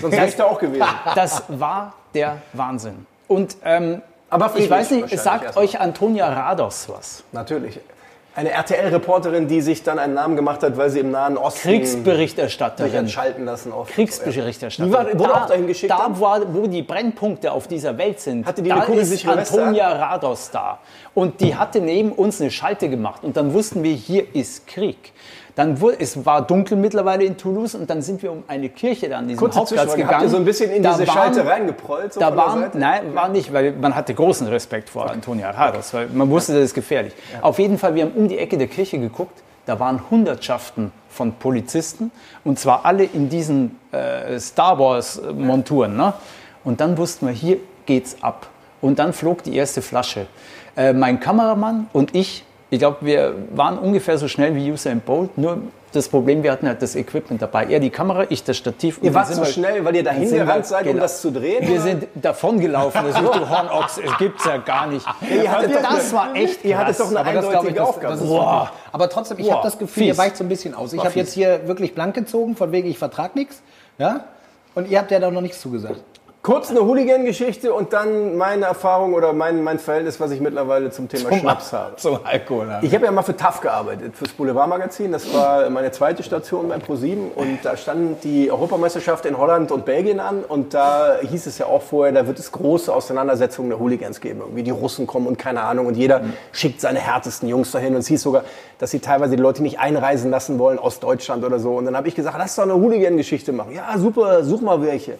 Sonst wäre ich da auch gewesen. Das war der Wahnsinn. Und ähm, Aber ich weiß friedlich nicht, wahrscheinlich es Hm. sagt erstmal. euch Antonia Rados was? Natürlich. Eine RTL-Reporterin, die sich dann einen Namen gemacht hat, weil sie im Nahen Osten sich Kriegsberichterstatterin. entschalten lassen. Auf Kriegsberichterstatterin. Die war- wurde auch dahin geschickt, Da, ne? war, wo die Brennpunkte auf dieser Welt sind, Hatte die da eine Kugel ist sich Silvester? Antonia Rados da. Und die hatte neben uns eine Schalte gemacht. Und dann wussten wir, hier ist Krieg. Dann wurde, es war dunkel mittlerweile in Toulouse und dann sind wir um eine Kirche da an diesem Kurze Hauptplatz Zwischenfrage. gegangen. Habt ihr so ein bisschen in Da diese waren- Schalte reingeprollt? So da von der waren, Seite? nein, war nicht, weil man hatte großen Respekt vor Antonia Rados, weil man wusste, das ist gefährlich. Auf jeden Fall, wir haben um die Ecke der Kirche geguckt, Da waren Hundertschaften von Polizisten und zwar alle in diesen äh, Star Wars-Monturen. Ne? Und dann wussten wir, hier geht's ab. Und dann flog die erste Flasche. Äh, mein Kameramann und ich, ich glaube, wir waren ungefähr so schnell wie Usain Bolt, nur das Problem, wir hatten halt das Equipment dabei. Er die Kamera, ich das Stativ. und Ihr dann wart sind so wir- schnell, weil ihr dahin sind wir- gerannt seid, um genau. das zu drehen? wir sind davongelaufen. Das ist du Hornochs, es gibt's ja gar nicht. ihr hattet doch das eine- war echt ihr hattet krass. doch eine Aber das, glaub ich, eindeutige das- Aufgabe. Das ist Boah. Aber trotzdem, ich Boah, habe das Gefühl, ihr fies. weicht so ein bisschen aus. Ich War habe fies. jetzt hier wirklich blank gezogen, von wegen, ich vertrag nichts. Ja? Und ihr habt ja da noch nichts zugesagt. Kurz eine Hooligan-Geschichte und dann meine Erfahrung oder mein, mein Verhältnis, was ich mittlerweile zum Thema Schnaps habe. zum Alkohol. haben. Ich habe ja mal für TAF gearbeitet, fürs Boulevardmagazin. Das war meine zweite Station beim ProSieben und da stand die Europameisterschaft in Holland und Belgien an und da hieß es ja auch vorher, da wird es große Auseinandersetzungen der Hooligans geben. Irgendwie die Russen kommen und keine Ahnung und jeder schickt seine härtesten Jungs dahin und es hieß sogar, dass sie teilweise die Leute nicht einreisen lassen wollen aus Deutschland oder so. Und dann habe ich gesagt, lass doch eine Hooligan-Geschichte machen. Ja, super, such mal welche.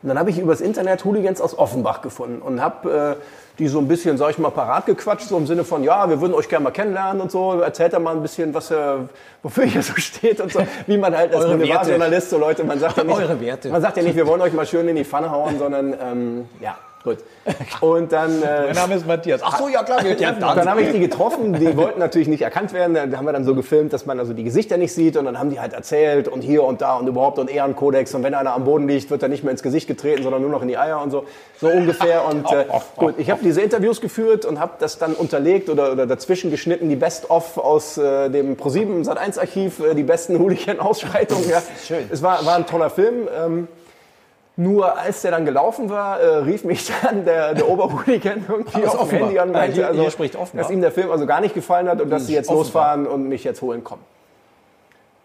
Und dann habe ich übers Internet Hooligans aus Offenbach gefunden und habe äh, die so ein bisschen, sag ich mal, parat gequatscht, so im Sinne von, ja, wir würden euch gerne mal kennenlernen und so. Erzählt da mal ein bisschen, was ihr, wofür ihr so steht und so. Wie man halt als Eure Boulevardjournalist so Leute, man sagt ja nicht, Eure Werte. man sagt ja nicht, wir wollen euch mal schön in die Pfanne hauen, sondern ähm, ja, gut. Und dann äh, Name ist Matthias. Ach so, ja klar, wir ja, und dann habe ich die getroffen, die wollten natürlich nicht erkannt werden. Da haben wir dann so gefilmt, dass man also die Gesichter nicht sieht und dann haben die halt erzählt und hier und da und überhaupt und Ehrenkodex und wenn einer am Boden liegt, wird er nicht mehr ins Gesicht getreten, sondern nur noch in die Eier und so. So ungefähr. Und äh, gut, ich habe diese Interviews geführt und habe das dann unterlegt oder, oder dazwischen geschnitten, die Best-of aus äh, dem ProSieben Sat1 Archiv, äh, die besten Hooligan-Ausschreitungen. Ja. Schön. Es war, war ein toller Film. Ähm, nur als der dann gelaufen war, äh, rief mich dann der, der Oberhooligan irgendwie Aus auf dem Offenbach. Handy an und Ah, meinte, hier- also, hier spricht Offenbach. dass ihm der Film also gar nicht gefallen hat und dass sie jetzt Offenbach. losfahren und mich jetzt holen kommen.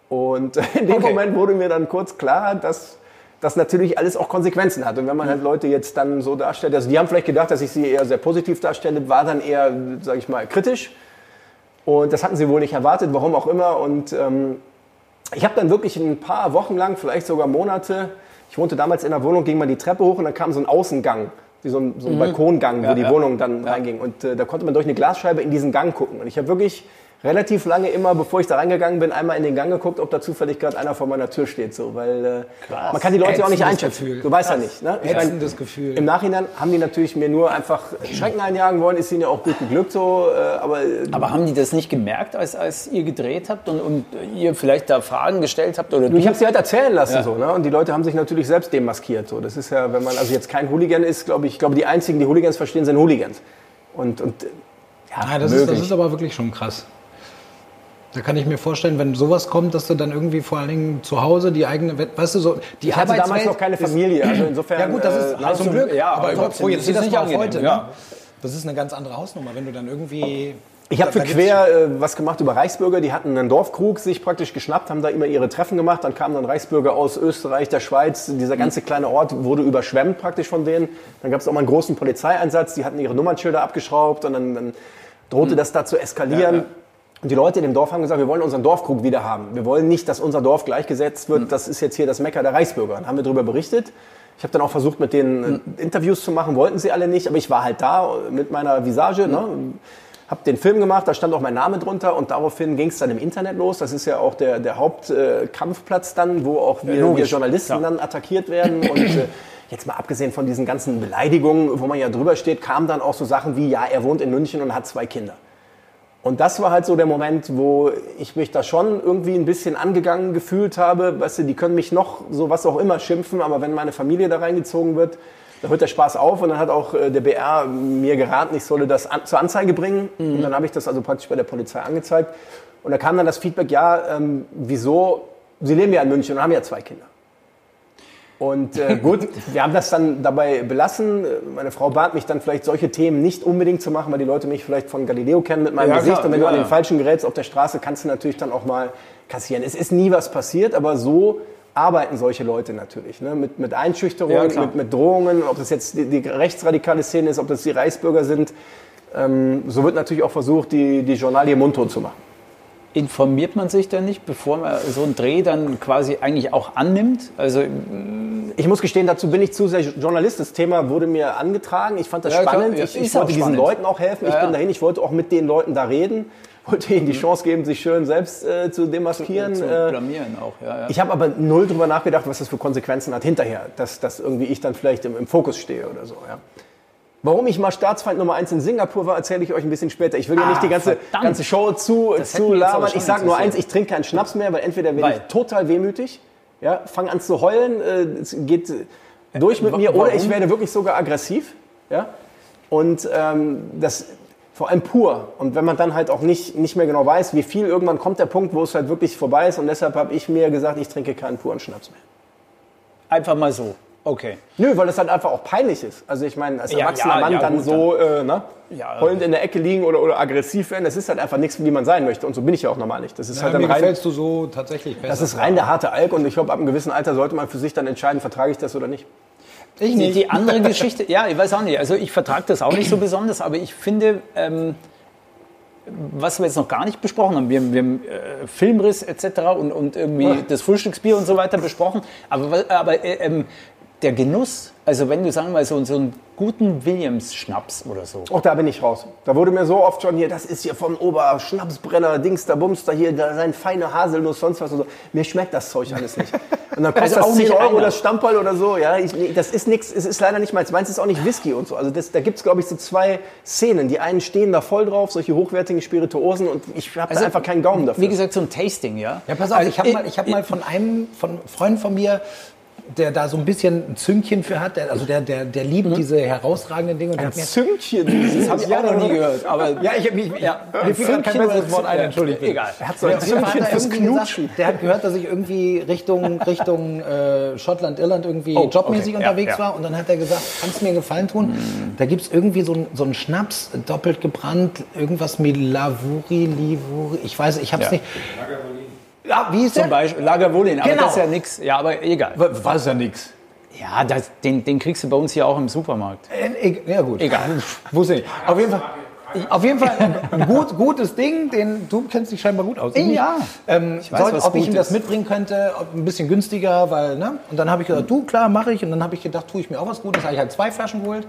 Und äh, in dem Okay. Moment wurde mir dann kurz klar, dass das natürlich alles auch Konsequenzen hat. Und wenn man Mhm. halt Leute jetzt dann so darstellt, also die haben vielleicht gedacht, dass ich sie eher sehr positiv darstelle, war dann eher, sage ich mal, kritisch. Und das hatten sie wohl nicht erwartet, warum auch immer. Und ähm, ich habe dann wirklich ein paar Wochen lang, vielleicht sogar Monate, ich wohnte damals in der Wohnung, ging man die Treppe hoch und dann kam so ein Außengang, wie so ein, so ein Balkongang, wo die Mhm. ja. Wohnung dann reinging. Und äh, da konnte man durch eine Glasscheibe in diesen Gang gucken. Und ich habe wirklich relativ lange immer, bevor ich da reingegangen bin, einmal in den Gang geguckt, ob da zufällig gerade einer vor meiner Tür steht. So, weil äh, man kann die Leute ja auch nicht Ätzendes einschätzen. Gefühl. Du weißt ja nicht. Ne? Ich mein, Ätzendes Gefühl. Im Nachhinein haben die natürlich mir nur einfach Schrecken einjagen wollen, ist ihnen ja auch gut geglückt so, äh, aber Aber haben die das nicht gemerkt, als, als ihr gedreht habt und, und ihr vielleicht da Fragen gestellt habt? Oder Du, ich du? habe sie halt erzählen lassen so, ne? Und die Leute haben sich natürlich selbst demaskiert so. Das ist ja, wenn man also jetzt kein Hooligan ist, glaube ich, ich glaube die einzigen, die Hooligans verstehen, sind Hooligans. Und und äh, ja, Ah, das, ist, das ist aber wirklich schon krass. Da kann ich mir vorstellen, wenn sowas kommt, dass du dann irgendwie vor allen Dingen zu Hause die eigene, We- weißt du, so die ich hatte damals Arbeitswelt noch keine ist- Familie, also insofern Ja gut, das ist äh, nein, zum Glück. ja, aber aber trotzdem, trotzdem, das jetzt sieht ist das nicht mal auf angenehm, heute. ja. Ne? Das ist eine ganz andere Hausnummer, wenn du dann irgendwie. Ich habe da- für da gibt's- Quer äh, was gemacht über Reichsbürger. Die hatten einen Dorfkrug sich praktisch geschnappt, haben da immer ihre Treffen gemacht. Dann kamen dann Reichsbürger aus Österreich, der Schweiz. Dieser ganze Mhm. kleine Ort wurde überschwemmt praktisch von denen. Dann gab es auch mal einen großen Polizeieinsatz. Die hatten ihre Nummernschilder abgeschraubt und dann, dann Mhm. drohte das da zu eskalieren. Und die Leute in dem Dorf haben gesagt, wir wollen unseren Dorfkrug wieder haben. Wir wollen nicht, dass unser Dorf gleichgesetzt Mhm. wird. Das ist jetzt hier das Mecker der Reichsbürger. Dann haben wir darüber berichtet. Ich habe dann auch versucht, mit denen äh, Interviews zu machen. Wollten sie alle nicht, aber ich war halt da äh, mit meiner Visage. Ne? Hab den Film gemacht, da stand auch mein Name drunter und daraufhin ging es dann im Internet los. Das ist ja auch der, der Hauptkampfplatz äh, Kampfplatz dann, wo auch wir, wir Journalisten dann attackiert werden. Und äh, jetzt mal abgesehen von diesen ganzen Beleidigungen, wo man ja drüber steht, kamen dann auch so Sachen wie, ja, er wohnt in München und hat zwei Kinder. Und das war halt so der Moment, wo ich mich da schon irgendwie ein bisschen angegangen gefühlt habe. Weißt du, die können mich noch so was auch immer schimpfen, aber wenn meine Familie da reingezogen wird, da hört der Spaß auf. Und dann hat auch äh, der BR mir geraten, ich solle das an, zur Anzeige bringen. Und dann habe ich das also praktisch bei der Polizei angezeigt. Und da kam dann das Feedback, ja, ähm, wieso, Sie leben ja in München und haben ja zwei Kinder. Und äh, gut, wir haben das dann dabei belassen. Meine Frau bat mich dann vielleicht solche Themen nicht unbedingt zu machen, weil die Leute mich vielleicht von Galileo kennen mit meinem Ja, Gesicht. klar, und wenn ja, du an ja. den falschen gerätst auf der Straße, kannst du natürlich dann auch mal kassieren. Es ist nie was passiert, aber so arbeiten solche Leute natürlich. Ne? Mit, mit Ja, Einschüchterungen, klar. mit, mit Drohungen, ob das jetzt die, die rechtsradikale Szene ist, ob das die Reichsbürger sind. Ähm, so wird natürlich auch versucht, die, die Journalie mundtot zu machen. Informiert man sich denn nicht, bevor man so einen Dreh dann quasi eigentlich auch annimmt? Also Ich muss gestehen, dazu bin ich zu sehr Journalist. Das Thema wurde mir angetragen. Ich fand das Ja, klar. spannend. Ja, ich ist ich auch wollte diesen spannend. Leuten auch helfen. Ich Ja, ja. bin dahin. Ich wollte auch mit den Leuten da reden. wollte ihnen die Chance geben, sich schön selbst äh, zu demaskieren. zu äh, blamieren auch, ja, ja. ich habe aber null drüber nachgedacht, was das für Konsequenzen hat hinterher, dass, dass irgendwie ich dann vielleicht im, im Fokus stehe oder so. Ja. Warum ich mal Staatsfeind Nummer 1 in Singapur war, erzähle ich euch ein bisschen später. Ich will ja Ah, nicht die ganze, verdammt. ganze Show zu, Das hätte zu mich jetzt aber labern. schon Ich sage nur interessiert. eins, ich trinke keinen Schnaps mehr, weil entweder bin Weil? ich total wehmütig, ja, fange an zu heulen, äh, es geht äh, durch mit wa- mir oder ich warum? werde wirklich sogar aggressiv. Ja? Und ähm, das vor allem pur. Und wenn man dann halt auch nicht, nicht mehr genau weiß, wie viel, irgendwann kommt der Punkt, wo es halt wirklich vorbei ist. Und deshalb habe ich mir gesagt, ich trinke keinen puren Schnaps mehr. Einfach mal so. Okay. Nö, weil das halt einfach auch peinlich ist. Also ich meine, als Ja, erwachsener ja, Mann ja, dann gut, so äh, ne, Ja, heulend in der Ecke liegen oder, oder aggressiv werden, das ist halt einfach nichts, wie man sein möchte. Und so bin ich ja auch normal nicht. Das ist Ja, halt dann ne? mir rein, gefällst du so tatsächlich besser. das ist rein der harte Alk. Und ich glaube, ab einem gewissen Alter sollte man für sich dann entscheiden, vertrage ich das oder nicht. ich Also Die, die andere Geschichte, ja, ich weiß auch nicht. Also ich vertrage das auch nicht so besonders, aber ich finde, ähm, was wir jetzt noch gar nicht besprochen haben, wir haben, wir haben äh, Filmriss etc. Und, und irgendwie das Frühstücksbier und so weiter besprochen, aber, wa- aber äh, ähm, der Genuss, also wenn du sagen wir mal so, so einen guten Williams-Schnaps oder so. Auch da bin ich raus. Da wurde mir so oft schon hier, das ist hier vom Oberschnapsbrenner, Dingster, Bumster, hier, da sein feine Haselnuss, sonst was und so. Mir schmeckt das Zeug alles nicht. Und dann kostet Also auch das 10 nicht Euro einer. das Stamperl oder so. Ja, ich, nee, das ist nichts, es ist leider nicht meins. Meins ist auch nicht Whisky und so. Also das, da gibt es, glaube ich, so zwei Szenen. Die einen stehen da voll drauf, solche hochwertigen Spirituosen und ich habe da einfach keinen Gaumen dafür. Wie gesagt, so ein Tasting, ja. Ja, pass auf, ich habe mal, ich hab mal von einem von einem Freund von mir, der da so ein bisschen ein Zündchen für hat, der, also der, der, der liebt diese herausragenden Dinge. Und der hat mir, Zündchen, das Hab ich auch noch nie gehört, aber ja, ich habe mich. Ja. mir fiel gerade kein Zündchen besseres Wort ein, oder- entschuldigt bitte. Egal. Er hat so ein Auf jeden Fall hat Zündchen er fürs irgendwie Knutschen. Gesagt, der hat gehört, dass ich irgendwie Richtung, Richtung äh, Schottland, Irland irgendwie Oh, jobmäßig okay, ja, unterwegs ja. Hm. war. Und dann hat er gesagt, kannst du mir einen Gefallen tun? Da gibt es irgendwie so einen so einen Schnaps, doppelt gebrannt, irgendwas mit Lavuri, Livuri, ich weiß, ich habe es Ja. nicht. Ja, wie ist Zum der? Beispiel Lagerwolin, aber Genau. das ist ja nix. Ja, aber egal. War es ja nix. Ja, das, den, den kriegst du bei uns hier auch im Supermarkt. Äh, e- Ja gut. Egal. Wusste ich. Auf jeden Fall. Auf jeden Fall ein gut, gutes Ding, den du kennst dich scheinbar gut aus. Ich nicht. Ja. Ähm, weiß, soll, was ob ich gut ihm das ist. mitbringen könnte, ob ein bisschen günstiger, weil, ne? Und dann habe ich gesagt, du, klar, mache ich. Und dann habe ich gedacht, tue ich mir auch was Gutes. habe ich halt zwei Flaschen geholt.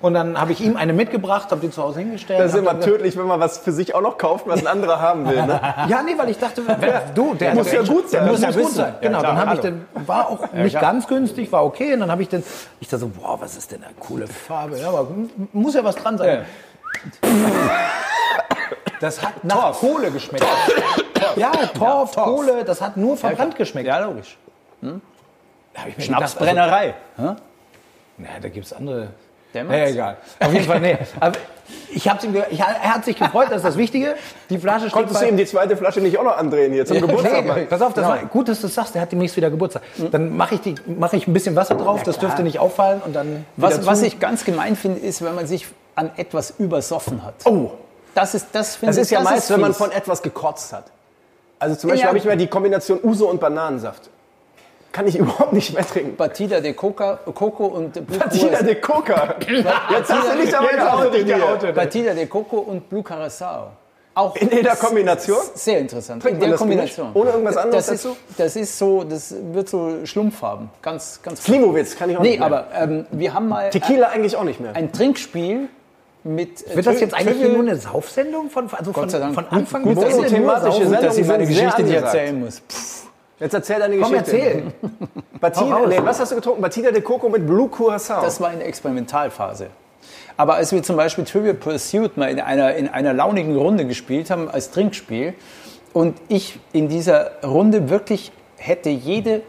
Und dann habe ich ihm eine mitgebracht, habe die zu Hause hingestellt. Das ist hab immer dann gesagt, tödlich, wenn man was für sich auch noch kauft, was ein anderer haben will. Ne? Ja, nee, weil ich dachte, wer- du, der Muss ja gut sein. Der muss ja Muss ja gut sein. wissen. Genau, Ja, klar, dann habe ich hallo. den, war auch nicht ganz günstig, war okay. Und dann habe ich den, ich dachte so, boah, was ist denn eine coole Farbe? Ja, aber m- muss ja was dran sein. Das hat nach Kohle geschmeckt. ja, Torf, Torf. Kohle, das hat nur verbrannt geschmeckt. Ja, logisch. Da hab ich mir Gedacht, Schnapsbrennerei. also, na, da gibt es andere. Der Naja, macht's. egal. Auf jeden Fall, nee. Aber ich hab's ihm, ge- ich, er hat sich gefreut, das ist das Wichtige. Die Flasche steht Konntest du bei- ihm die zweite Flasche nicht auch noch andrehen hier zum Geburtstag? Nee, Mann? pass auf, das Genau. war, gut, dass du es sagst, der hat demnächst wieder Geburtstag. Dann mache ich, die- mach ich ein bisschen Wasser drauf, das dürfte nicht auffallen. Und dann wieder Was, zu. was ich ganz gemein finde, ist, wenn man sich an etwas übersoffen hat. Oh, Das ist, das finde Das ist ja Also das meist, wenn man fies. von etwas gekotzt hat. Also zum Beispiel Ja. habe ich mal die Kombination Uso und Bananensaft. Kann ich überhaupt nicht mehr trinken. Batida de Coca, Coco und Blue Patina de Coca. Jetzt hast du dich aber Jetzt hast du geoutet Coca. hier. Batida de Coco und Blue Carasao. Auch In jeder Kombination? Sehr interessant. Trinkt man das gemischt? Ohne irgendwas anderes das ist, dazu? Das ist so, das wird so schlumpffarben. Ganz, ganz. Klimowitz kann ich auch Nee, nicht mehr. aber ähm, wir haben mal Tequila eigentlich auch nicht mehr. ein Trinkspiel mit. äh, Wird das jetzt eigentlich hier Trivial- nur eine Saufsendung? Von, also von, Gott sei Dank. von Anfang gut, bis gut, dass Ende ich- nur thematische Saufen? Sendung. Gut, dass ich meine sind sehr Geschichte nicht angesagt. erzählen muss. Pff, Jetzt erzähl deine Komm, Geschichte. erzähl. Hau Patina, raus. nee, was hast du getrunken? Patina de Coco mit Blue Curacao. Das war in der Experimentalphase. Aber als wir zum Beispiel Trivial Pursuit mal in einer, in einer launigen Runde gespielt haben, als Trinkspiel, und ich in dieser Runde wirklich hätte jede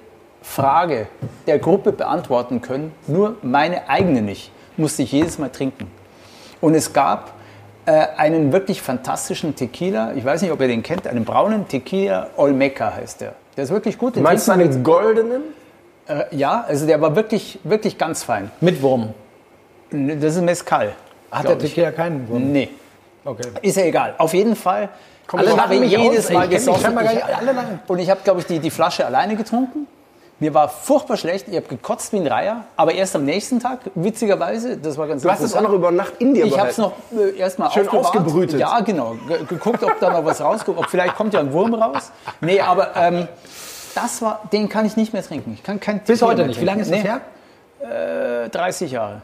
Frage der Gruppe beantworten können, nur meine eigene nicht, musste ich jedes Mal trinken. Und es gab äh, einen wirklich fantastischen Tequila, ich weiß nicht, ob ihr den kennt, einen braunen Tequila Olmeca heißt der. Der ist wirklich gut. Den Meinst du trinkt einen goldenen? man mit- äh, Ja, also der war wirklich, wirklich ganz fein. Mit Wurm. Ne, Das ist Mezcal. Hat glaub der ich. Tequila keinen Wurm? Nee. Okay. Ist ja egal. Auf jeden Fall. alle ich lachen habe mich aus, jedes ey, ich kenn Mal mich gesoffen. scheinbar gar nicht. Ich- Alle lachen. Und ich habe, glaube ich, die, die Flasche alleine getrunken. Mir war furchtbar schlecht. Ich habe gekotzt wie ein Reiher. Aber erst am nächsten Tag, witzigerweise, das war ganz Du hast es auch noch über Nacht in dir ich habe es behalten. noch äh, erstmal Schön aufbewahrt. ausgebrütet. Ja, genau. Ge geguckt, ob da noch was rauskommt. Ob vielleicht kommt ja ein Wurm raus. Nee, aber ähm, das war, den kann ich nicht mehr trinken. Ich kann kein Bis Tequila heute mehr nicht. Wie lange trinken. ist das Nee, her? äh, 30 Jahre.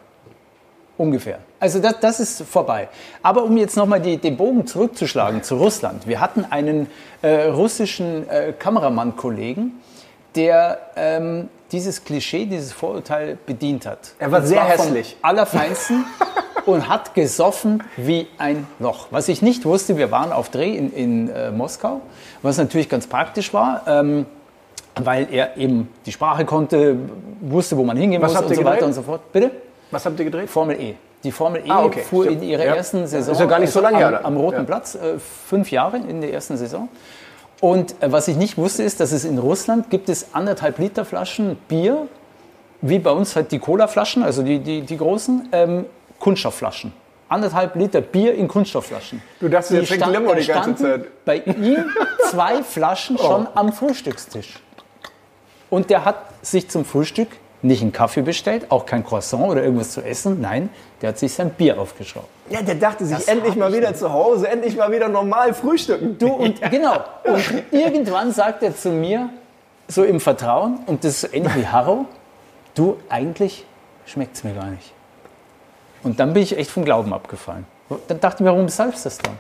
Ungefähr. Also das, das ist vorbei. Aber um jetzt nochmal den Bogen zurückzuschlagen zu Russland. Wir hatten einen äh, russischen äh, Kameramann-Kollegen, der ähm, dieses Klischee, dieses Vorurteil bedient hat. Er war Und sehr zwar vom hässlich. Allerfeinsten und hat gesoffen wie ein Loch. Was ich nicht wusste, wir waren auf Dreh in, in äh, Moskau, was natürlich ganz praktisch war. Ähm, weil er eben die Sprache konnte, wusste, wo man hingehen Was muss habt und ihr so weiter gedreht? und so fort. Bitte? Was habt ihr gedreht? Formel E. Die Formel E Ah, okay. fuhr Stimmt. in ihrer Ja. ersten Saison. Ist ja gar nicht so also lange her am, dann. am Roten Ja. Platz, äh, fünf Jahre in der ersten Saison. Und äh, was ich nicht wusste, ist, dass es in Russland gibt es anderthalb Liter Flaschen Bier, wie bei uns halt die Cola-Flaschen, also die, die, die großen, ähm, Kunststoffflaschen. Anderthalb Liter Bier in Kunststoffflaschen. Du dachtest, Die der trinkt sta- Limo die äh, ganze standen Zeit. Oh. Bei ihm zwei Flaschen schon am Frühstückstisch. Und der hat sich zum Frühstück nicht einen Kaffee bestellt, auch kein Croissant oder irgendwas zu essen. Nein, der hat sich sein Bier aufgeschraubt. Ja, der dachte sich, endlich mal wieder zu Hause, endlich mal wieder normal frühstücken. Du und genau. Und irgendwann sagt er zu mir, so im Vertrauen, und das ist so ähnlich wie Harro, du, eigentlich schmeckt es mir gar nicht. Und dann bin ich echt vom Glauben abgefallen. Dann dachte ich mir, warum besalfst du das dann?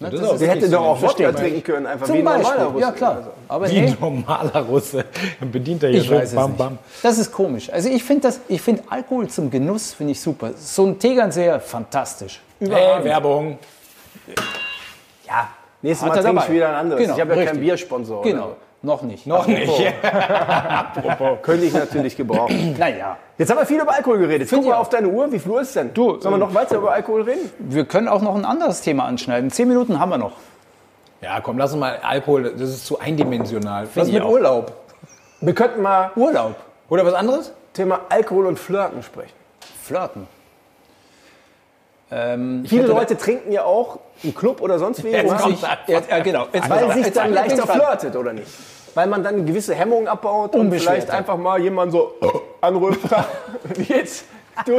Ne, das ist Der hätte nicht so doch auch schlimm. Wodka Verstehe ich. trinken können, einfach wie zum ein normaler Beispiel, Russe. ja klar. Aber Wie nee, ein normaler Russe. Dann bedient er hier ich schon. weiß es nicht. Das ist komisch. Also ich finde das- ich finde Alkohol zum Genuss finde ich super. So ein Tegernseher, fantastisch. Hey, Werbung. Ja, Nächstes hat Mal er trinke ich dabei. wieder ein anderes. Genau, ich habe ja richtig. keinen Biersponsor. Genau, noch nicht. Noch nicht. Oh, Könnte ich natürlich gebrauchen. Naja. Jetzt haben wir viel über Alkohol geredet. Guck Finde ich mal auch. auf deine Uhr, wie viel Uhr ist denn? Du, ähm, Sollen wir noch weiter über Alkohol reden? Wir können auch noch ein anderes Thema anschneiden. Zehn Minuten haben wir noch. Ja, komm, lass uns mal Alkohol. Das ist zu eindimensional. Was ich mit auch. Urlaub? Wir könnten mal Urlaub. Oder was anderes? Thema Alkohol und Flirten sprechen. Flirten. Viele Leute trinken ja auch im Club oder sonst wie, Jetzt oder? kommt's. Ich, ja, ja, genau. Jetzt pass weil auf. sich Jetzt dann bin ich leichter dran. flirtet, oder nicht? Weil man dann gewisse Hemmungen abbaut und Unbeschwerter. vielleicht einfach mal jemanden so anrührt. Wie jetzt? Du,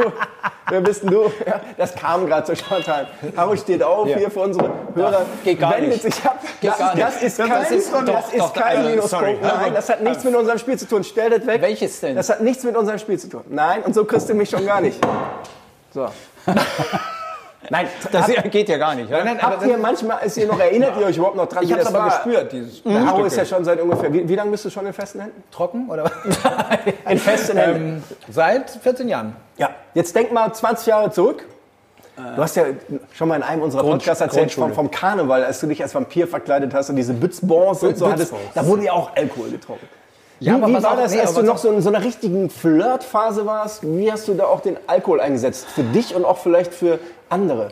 wer bist denn du? Ja, das kam gerade so spontan. Haro steht auf hier für unsere Hörer. geht gar wendet nicht. sich ab. Geht das, gar das nicht. ist kein, Das ist- das doch, ist doch, kein also, Minuspunkt. sorry. Nein, das hat nichts mit unserem Spiel zu tun. Stell das weg. Welches denn? Das hat nichts mit unserem Spiel zu tun. Nein, und so kriegst du mich schon gar nicht. So. Nein, das geht ja gar nicht. oder? Nein, Habt ihr manchmal, ist ihr noch, erinnert ihr euch überhaupt noch dran, ich wie habe das es aber war? gespürt, dieses Der Haro ist ja schon seit ungefähr, wie, wie lange bist du schon in festen Händen? trocken oder In festen Händen. ähm, seit 14 Jahren. ja. Jetzt denk mal 20 Jahre zurück. Du hast ja schon mal in einem unserer Grund- Podcasts erzählt vom, Grundschule. vom Karneval, als du dich als Vampir verkleidet hast und diese Bützbons und so hattest. Bützbons. Da wurde ja auch Alkohol getrunken. Ja, wie aber wie was war auch- das, nee, als aber du was noch so in so einer richtigen Flirtphase warst? Wie hast du da auch den Alkohol eingesetzt? Für dich und auch vielleicht für andere?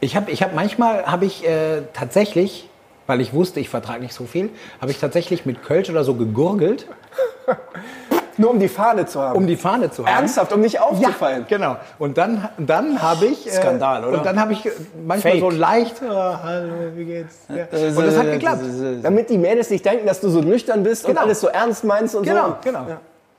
Ich habe, ich habe manchmal habe ich äh, tatsächlich, weil ich wusste, ich vertrage nicht so viel, habe ich tatsächlich mit Kölsch oder so gegurgelt, Nur um die Fahne zu haben. um die Fahne zu haben. Ernsthaft, um nicht aufzufallen. Genau. Und dann, dann habe ich äh, Skandal, oder? Und dann habe ich manchmal Fake. so leicht, äh, hallo, wie geht's? Ja. Äh, Und das hat geklappt. Damit die Mädels nicht denken, dass du so nüchtern bist Genau. und alles so ernst meinst und so. Genau, genau,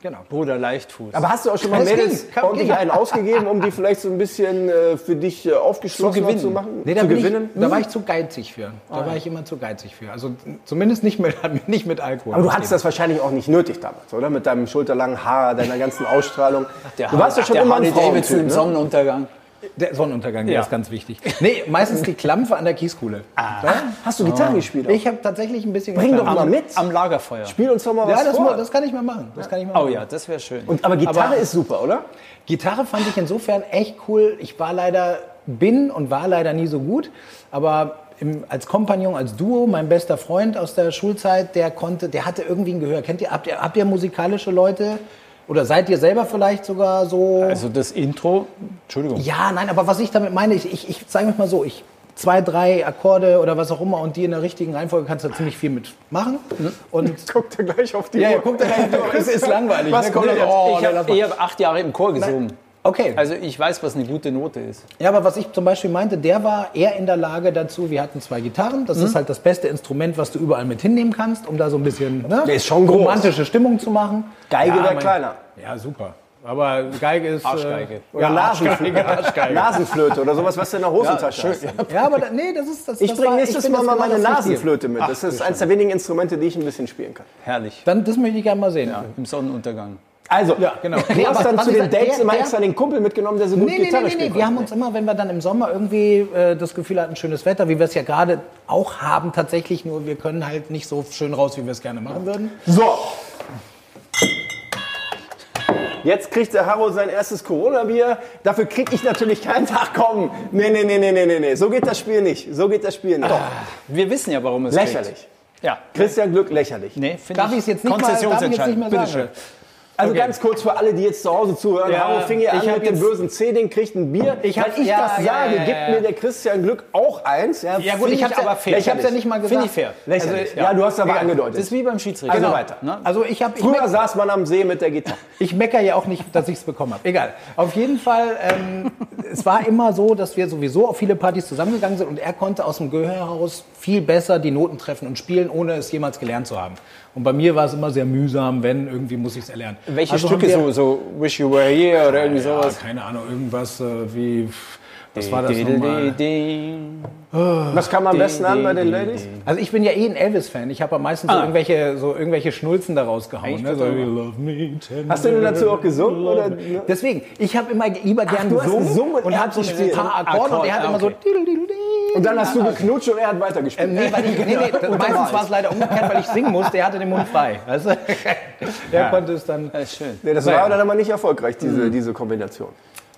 genau. Bruder Leichtfuß. Aber hast du auch schon mal Es ging, Mädels kann- ordentlich ging. einen ausgegeben, um die vielleicht so ein bisschen äh, für dich äh, aufgeschlossener zu, gewinnen. machen? Nee, da, zu bin gewinnen? Ich, da war ich zu geizig für. Oh Da war ich immer zu geizig für. Also zumindest nicht mit, nicht mit Alkohol. Aber du hattest das wahrscheinlich auch nicht nötig damals, oder? Mit deinem schulterlangen Haar, deiner ganzen Ausstrahlung. du warst ja schon der immer Harley ein Davidson Frauentyp, im ne? Sonnenuntergang. Der Sonnenuntergang, der Ja. ist ganz wichtig. Nee, meistens die Klampfe an der Kieskuhle. Hast du Gitarre gespielt? auch? Ah. Ich habe tatsächlich ein bisschen. Ah, Bring doch mal mit. Am Lagerfeuer. Spiel uns doch mal was Ja, das, vor. mu- das kann ich mal machen. Das kann ich mal Oh machen. ja, das wäre schön. und, aber Gitarre Aber- ist super, oder? Gitarre fand ich insofern echt cool. Ich war leider, bin und war leider nie so gut, aber im, als Kompagnon, als Duo, mein bester Freund aus der Schulzeit, der konnte, der hatte irgendwie ein Gehör. Kennt ihr, habt ihr, habt ihr musikalische Leute? Oder seid ihr selber vielleicht sogar so? also das Intro, Entschuldigung. Ja, nein, aber was ich damit meine, ich, ich, ich sage mich mal so, ich zwei, drei Akkorde oder was auch immer und die in der richtigen Reihenfolge kannst du da ziemlich viel mitmachen. Und Guckt er gleich auf die ja, ja, Uhr. guck da rein, es ist langweilig. Was ne? Komm, kommt lass- jetzt? oh, ich ne, lass habe mal. eher acht Jahre im Chor gesungen. Okay. Also ich weiß, was eine gute Note ist. Ja, aber was ich zum Beispiel meinte, der war eher in der Lage dazu, wir hatten zwei Gitarren, das Mhm. ist halt das beste Instrument, was du überall mit hinnehmen kannst, um da so ein bisschen ne, Der ist schon groß. romantische Stimmung zu machen. Geige ja, wäre mein- kleiner. Ja, super. Aber Geige ist... Arschgeige. Äh, ja, Arschgeige, Arschgeige. Nasenflöte oder sowas, was du in der Hosentasche hast. ja, aber da, nee, das ist... Das, Ich das bringe war- nächstes find, Mal das mal genau meine das Richtige. Nasenflöte mit. Das ist eines der wenigen Instrumente, die ich ein bisschen spielen kann. Herrlich. Dann, das möchte ich gerne mal sehen. Im Sonnenuntergang. Also, ja, genau. du Nee, hast aber dann was zu ich sag, den Dates der- immer der- extra den Kumpel mitgenommen, der so gut Nee, nee, Gitarre nee, nee, spielt. nee. Wir haben uns immer, wenn wir dann im Sommer irgendwie äh, das Gefühl hatten, schönes Wetter, wie wir es ja gerade auch haben, tatsächlich, nur wir können halt nicht so schön raus, wie wir es gerne machen würden. So. Jetzt kriegt der Harro sein erstes Corona-Bier. Dafür krieg ich natürlich keinen Tag kommen. Nee, nee, nee, nee, nee, nee, nee. So geht das Spiel nicht. So geht das Spiel nicht. Wir wissen ja, warum es lächerlich. Ah, Geht. Ja. Christian Glück, lächerlich. Nee, finde Darf ich es jetzt nicht mal, darf ich jetzt nicht Konzessionsentscheidung. mehr sagen? Bitteschön. Also Okay. ganz kurz für alle, die jetzt zu Hause zuhören. Ja, Harro fing ja ich an hab mit dem jetzt- bösen C-Ding, kriegt ein Bier. Ich hab- Wenn ich ja, das ja, sage, ja, ja, gibt ja. mir der Christian Glück auch eins. Ja, gut, finde ich hab's ja- aber fair. Ich hab's ja nicht mal gesagt. Finde ich fair. Lächerlich. Also, ja. du hast aber Egal. angedeutet. Das ist wie beim Schiedsrichter. Also Genau. weiter. Ne? Also ich habe, ich, Früher meck, saß man am See mit der Gitarre. ich mecker ja auch nicht, dass ich es bekommen habe. Egal. Auf jeden Fall, ähm, es war immer so, dass wir sowieso auf viele Partys zusammengegangen sind und er konnte aus dem Gehör heraus viel besser die Noten treffen und spielen, ohne es jemals gelernt zu haben. Und bei mir war es immer sehr mühsam, wenn irgendwie muss ich es erlernen. Welche Also haben Stücke wir- so, so Wish You Were Here oder irgendwie Ja, sowas? keine Ahnung, irgendwas äh, wie. Was war das Di- di- nochmal? di- Was kam am besten an bei den Ladies? Also ich bin ja eh ein Elvis-Fan. Ich habe am meisten so, Ah. irgendwelche, so irgendwelche Schnulzen da rausgehauen. Ne? So, total. "You love me tender." Hast du denn dazu auch gesungen? Oder? ne? Deswegen, ich habe immer lieber gern du hast gesungen, gesungen und und er habe hat so ein gespielt. paar Akkorde und er hat Akkord, immer so... ah, Und dann hast du geknutscht und er hat weitergespielt. Ähm, nee, weil ich, nee, nee, das- meistens war es leider umgekehrt, weil ich singen musste. Er hatte den Mund frei. Weißt du? Er konnte es dann... Das ist schön. Ähm, Nee, das war dann aber nicht erfolgreich, diese, diese Kombination.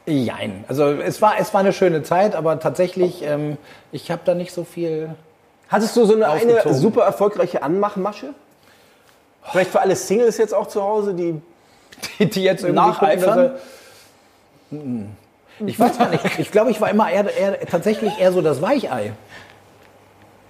Jein. Also es war, es war eine schöne Zeit, aber tatsächlich, ähm, ich habe da nicht so viel... Hattest du so eine, eine Aufgezogen. super erfolgreiche Anmachmasche? Vielleicht für alle Singles jetzt auch zu Hause, die. die, die jetzt irgendwie Nacheifern? gucken, dass er- Hm. Ich weiß gar nicht. Ich glaube, ich war immer eher, eher, tatsächlich eher so das Weichei.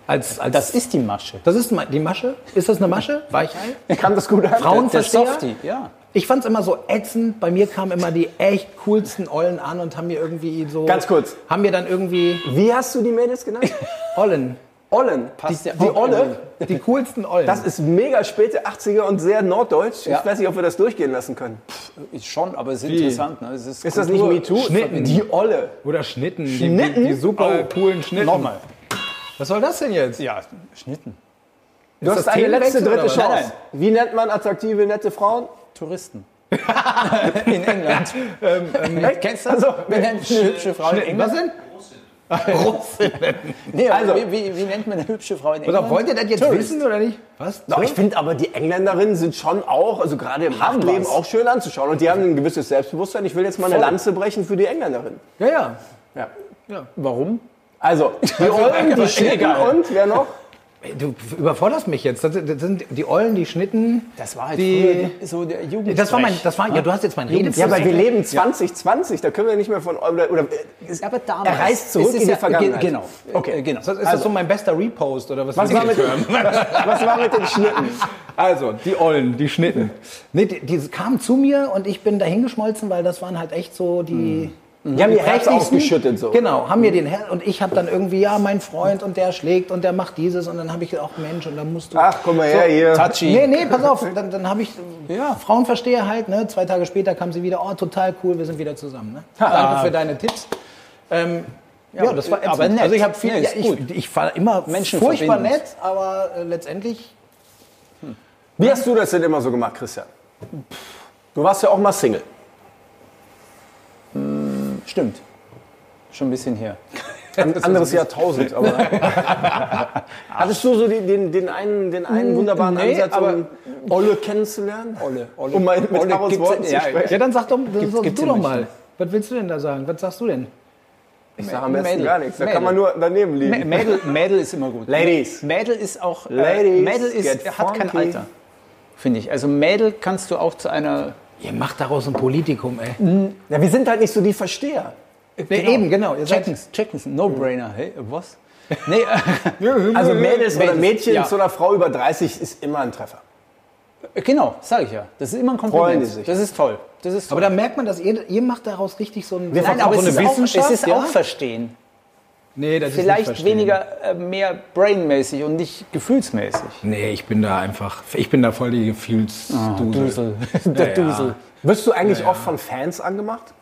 Als, als Das ist die Masche. das ist ma- die Masche? Ist das eine Masche? Weichei? Kam das gut an? Frauen- Der Versteher? Softie, ja. Ich fand es immer so ätzend. Bei mir kamen immer die echt coolsten Ollen an und haben mir irgendwie so. Ganz kurz. Haben mir dann irgendwie. Wie hast du die Mädels genannt? Ollen. Ollen. Passt die, ja die auch Olle. Die coolsten Ollen. Das ist mega späte 80er und sehr norddeutsch. Ja. Ich weiß nicht, ob wir das durchgehen lassen können. Ist schon, aber es ist interessant. Ne? Es ist Ist das nicht Kultur- MeToo? Schnitten. Die Olle. Oder Schnitten. Oh. Die- Schnitten? Die, die super coolen Schnitten. Nochmal. Was soll das denn jetzt? Ja, Schnitten. Du hast das eine Themenwechsel letzte dritte oder was? Chance. Nein, nein. Wie nennt man attraktive, nette Frauen? Touristen. in England. Kennst du das? Also, Wie nennt man eine hübsche Frau in Schnitten. Was England? denn? Nee, Also- also, wie, wie, wie nennt man eine hübsche Frau in Oder England? wollt ihr das jetzt Tourist. wissen oder nicht? Was? Doch, ich finde aber, die Engländerinnen sind schon auch, also gerade im Haben Nachtleben was. auch schön anzuschauen. Und die haben ein gewisses Selbstbewusstsein. Ich will jetzt mal eine Voll. Lanze brechen für die Engländerinnen. Ja, ja. Ja. Warum? Also, die Ollen, die Schnitten Egal. und wer noch? Du überforderst mich jetzt. Das sind- das sind die Eulen, die Schnitten. Das war halt Die- früher so der Jugend. Das war mein, das war, ja, du hast jetzt mein Rede. Ja, aber wir leben 2020, da können wir nicht mehr von... Oder, äh, oder, Ja, aber damals. Er reist zurück Es ist in die ja- Vergangenheit. ge- Genau. Okay. Also Äh, genau. ist das so mein bester Repost oder was? was, war mit, was war mit den Schnitten? also, die Eulen, die Schnitten. Nee, die, die kamen zu mir und ich bin dahingeschmolzen, weil das waren halt echt so die. Die haben ihr Herz prächtigsten. ausgeschüttet so. Genau, haben mir den Herz und ich habe dann irgendwie, ja, mein Freund und der schlägt und der macht dieses und dann habe ich gedacht, ach Mensch, und dann musst du. Ach, komm mal her hier. Touchy. Nee, nee, pass auf, dann, dann habe ich, Ja. Frauen verstehe halt, ne? zwei Tage später kam sie wieder, oh, total cool, wir sind wieder zusammen. Ne? Danke für deine Tipps. Ähm, ja, das war aber ätzend. nett. Also ich habe viel, Nee, ja, ist ich, gut. ich war immer Menschen furchtbar verbindend. nett, aber äh, letztendlich, Wie hast du das denn immer so gemacht, Christian? Du warst ja auch mal Single. Stimmt. Schon ein bisschen her. Anderes Jahrtausend, aber... Hattest du so die, den, den einen, den einen wunderbaren nee, Ansatz, um aber- Olle kennenzulernen? Olle, Olle. Um mal mit Olle Harolds gibt's- Worten zu ja, sprechen. ja, dann sag doch, das Gibt's- sag gibt's du in doch München. mal. Was willst du denn da sagen? Was sagst du denn? Ich sag am besten Mädel. gar nichts, da kann Mädel. man nur daneben liegen. Mä- Mädel, Mädel ist immer gut. Ladies. Mädel ist auch. äh, Ladies, Mädel ist, get hat kein funky. Alter. Finde ich. Also Mädel kannst du auch zu einer. Ihr macht daraus ein Politikum, ey. Ja, wir sind halt nicht so die Versteher. Nee, Eben, genau. Ihr seid- Checkens, Checkens, No-Brainer. Hey, was? Nee, äh, Also Mädels, oder Mädels, Mädchen ja. zu einer Frau über 30 ist immer ein Treffer. äh, genau, sage ich ja. Das ist immer ein Freuen Kompliment. die sich. Das ist toll. Das ist toll. Aber da merkt man, dass ihr, ihr macht daraus richtig so ein... Wir Nein, verkaufen aber so es ist, eine auch, es Wissenschaft, ist ja? auch verstehen. nee, das ist nicht Vielleicht verstehen. weniger, äh, mehr brainmäßig und nicht gefühlsmäßig. Nee, ich bin da einfach, ich bin da voll die Ah, Gefühlsdusel. Der Dusel. Wirst du eigentlich oft von Fans angemacht?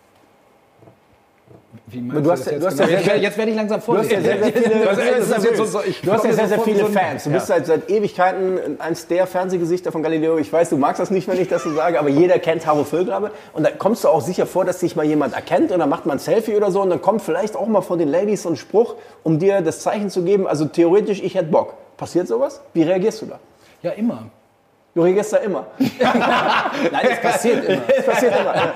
Wie du hast ja- du hast ja genau? sehr, sehr- jetzt werde ich langsam Du hast ja vorsichtig. sehr, sehr viele, Also, das ist jetzt so- so- ich du hast ja komme sehr, sehr sofort in viele so ein- Fans. Du bist seit, seit Ewigkeiten eins der Fernsehgesichter von Galileo. Ich weiß, du magst das nicht, wenn ich das so sage, aber jeder kennt Haro Füllgrabe. Und dann kommst du auch sicher vor, dass dich mal jemand erkennt und dann macht man ein Selfie oder so und dann kommt vielleicht auch mal von den Ladies so ein Spruch, um dir das Zeichen zu geben. Also theoretisch, ich hätte Bock. Passiert sowas? Wie reagierst du da? Ja, immer. Du reagierst da immer. Nein, das passiert immer. Es passiert immer. Ja.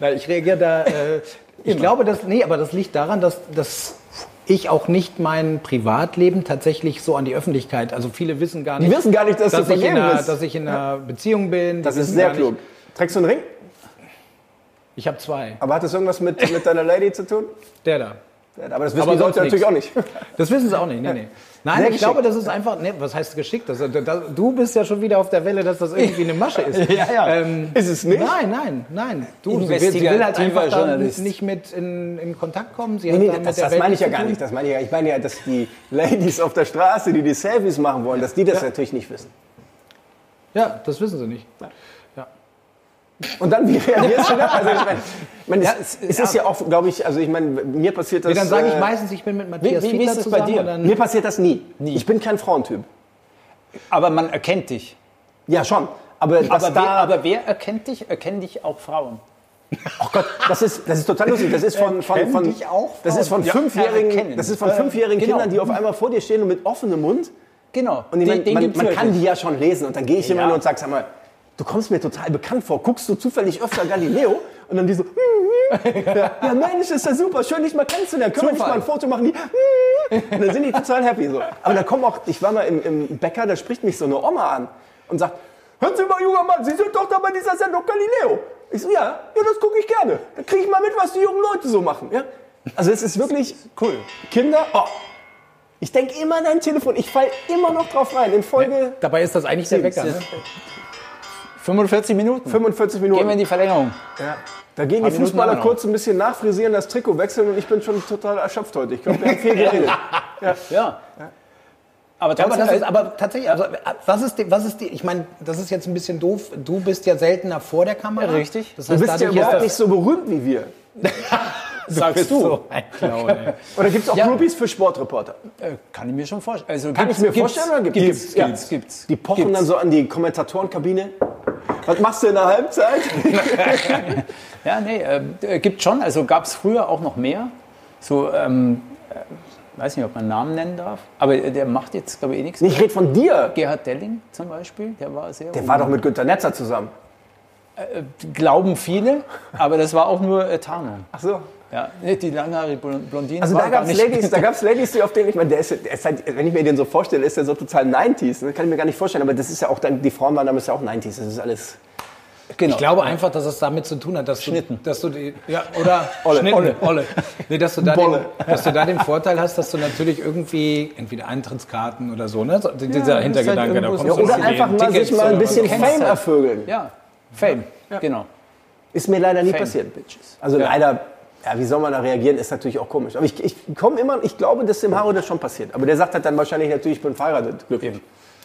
Na, ich reagiere da. Äh, ich glaube, dass. Nee, aber das liegt daran, dass, dass ich auch nicht mein Privatleben tatsächlich so an die Öffentlichkeit. Also viele wissen gar Die nicht, wissen gar nicht, dass, dass, du ich in vergeben einer, bist. dass ich in einer Beziehung bin. Das Die ist wissen sehr gar nicht- klug. Trägst du einen Ring? Ich habe zwei. Aber hat das irgendwas mit, mit deiner Lady zu tun? Der da. Aber das wissen Aber die Leute sonst natürlich auch nicht. Das wissen sie auch nicht. Nee, nee. Nein, Sehr ich glaube, das ist einfach. Nee, was heißt geschickt? Das, das, du bist ja schon wieder auf der Welle, dass das irgendwie eine Masche ist. Ja, ja. Ähm, Ist es nicht? Nein, nein, nein. Du, sie will, sie will halt Investigativer einfach da Journalist. nicht mit in, in Kontakt kommen. Sie hat Äh, Nee, da nee, mit das, der das Welt meine ich ja nichts gar zu nicht. Das meine ich, ja, ich meine ja, dass die Ladies auf der Straße, die die Selfies machen wollen, dass die das natürlich nicht wissen. tun. Ja, das wissen sie nicht. Und dann, wie reagierst du da? Also ich meine, ich meine, Ja, es, es- es ist ja auch, glaube ich, also ich meine, mir passiert das... Nee, dann sage ich äh, meistens, ich bin mit Matthias wie- wie Fiedler ist es bei zusammen. dir? Und dann, Mir passiert das nie. Ich bin kein Frauentyp. Aber man erkennt dich. Ja, schon. Aber, das, Aber da, wer, aber wer erkennt dich? Erkennen dich auch Frauen. oh Gott, das ist, das ist total lustig. Das ist von, von, von, Äh, dich auch das ist von Frauen? Ja, fünfjährigen, erkennen. das ist von Äh, fünfjährigen genau. Kindern, die auf einmal vor dir stehen und mit offenem Mund Genau. Und ich Den- mein, den man, gibt's man kann wirklich. die ja schon lesen. Und dann gehe ich immer Ja. und sag, sag mal, du kommst mir total bekannt vor. Guckst du zufällig öfter Galileo? Und dann die so, hm, hm. ja, ja Mensch, ist ja super, schön dich mal kennenzulernen. Können wir nicht mal Zufall. ein Foto machen? Die, hm, hm. und dann sind die total happy. So. Aber dann kommen auch, ich war mal im, im Bäcker, da spricht mich so eine Oma an und sagt, hören Sie mal, junger Mann, Sie sind doch da bei dieser Sendung Galileo. Ich so, ja, ja das gucke ich gerne. Dann kriege ich mal mit, was die jungen Leute so machen. Ja? Also es ist wirklich cool. Kinder, oh, ich denke immer an dein Telefon. Ich fall immer noch drauf rein. In Folge dabei ist das eigentlich der Wecker. Ne? 45 Minuten. 45 Minuten. Gehen wir in die Verlängerung. ja. Da gehen die Minuten haben Fußballer wir noch. kurz ein bisschen nachfrisieren, das Trikot wechseln und ich bin schon total erschöpft heute. Ich glaube, wir haben viel geredet. Ja. Aber, Ja, aber, trotzdem- das halt ist, aber tatsächlich, also, was ist die, was ist die, ich meine, das ist jetzt ein bisschen doof, du bist ja seltener vor der Kamera. Ja, richtig. Das Du heißt, bist ja dadurch ist überhaupt das, nicht so berühmt wie wir. sagst du. so ein Clown, ey. Oder gibt es auch Ja. Groupies für Sportreporter? Äh, Kann ich mir schon vorstellen. Also, Kann gibt's- ich mir gibt's- vorstellen oder gibt's- gibt's? gibt's, Gibt's, gibt's. Die pochen Gibt's. dann so an die Kommentatorenkabine. Was machst du in der Halbzeit? Ja, nee, äh, äh, gibt schon. Also gab es früher auch noch mehr. So, ähm, äh, weiß nicht, ob man Namen nennen darf. Aber äh, der macht jetzt, glaube ich, eh nichts. Ich rede von dir. Gerhard Delling zum Beispiel, der war sehr. Der war doch mit Günter Netzer zusammen. Glauben viele, aber das war auch nur äh, Tarnung. Ach so. Ja, nee, die langhaarige Blon- Blondine. Also war da gar gab es nicht- Ladies, da gab's Ladies, die auf denen, ich meine, der ist, der ist halt, wenn ich mir den so vorstelle, ist der so total 90s. ne? kann ich mir gar nicht vorstellen, aber das ist ja auch, dann, die Frauenwahlnahme ist ja auch 90s, das ist alles. Genau. Ich glaube einfach, dass es damit zu tun hat, dass Schnitten. du, dass du die, ja, oder Olle, Schnitten, Olle. Olle. Nee, dass du da den, Bolle. dass du da den Vorteil hast, dass du natürlich irgendwie entweder Eintrittskarten oder so, ne, so, dieser halt Hintergedanke, da irgendwo kommst so- du Ja, zu Oder den einfach mal Tickets sich mal ein oder bisschen was. Kennst Fame halt. ervögeln. Ja, Fame. Genau. Ist mir leider nie Fame. passiert, Bitches. Also leider, ja, wie soll man da reagieren, ist natürlich auch komisch. Aber ich, ich komme immer, ich glaube, dass dem Haro das schon passiert. Aber der sagt halt dann wahrscheinlich natürlich, ich bin verheiratet, glücklich.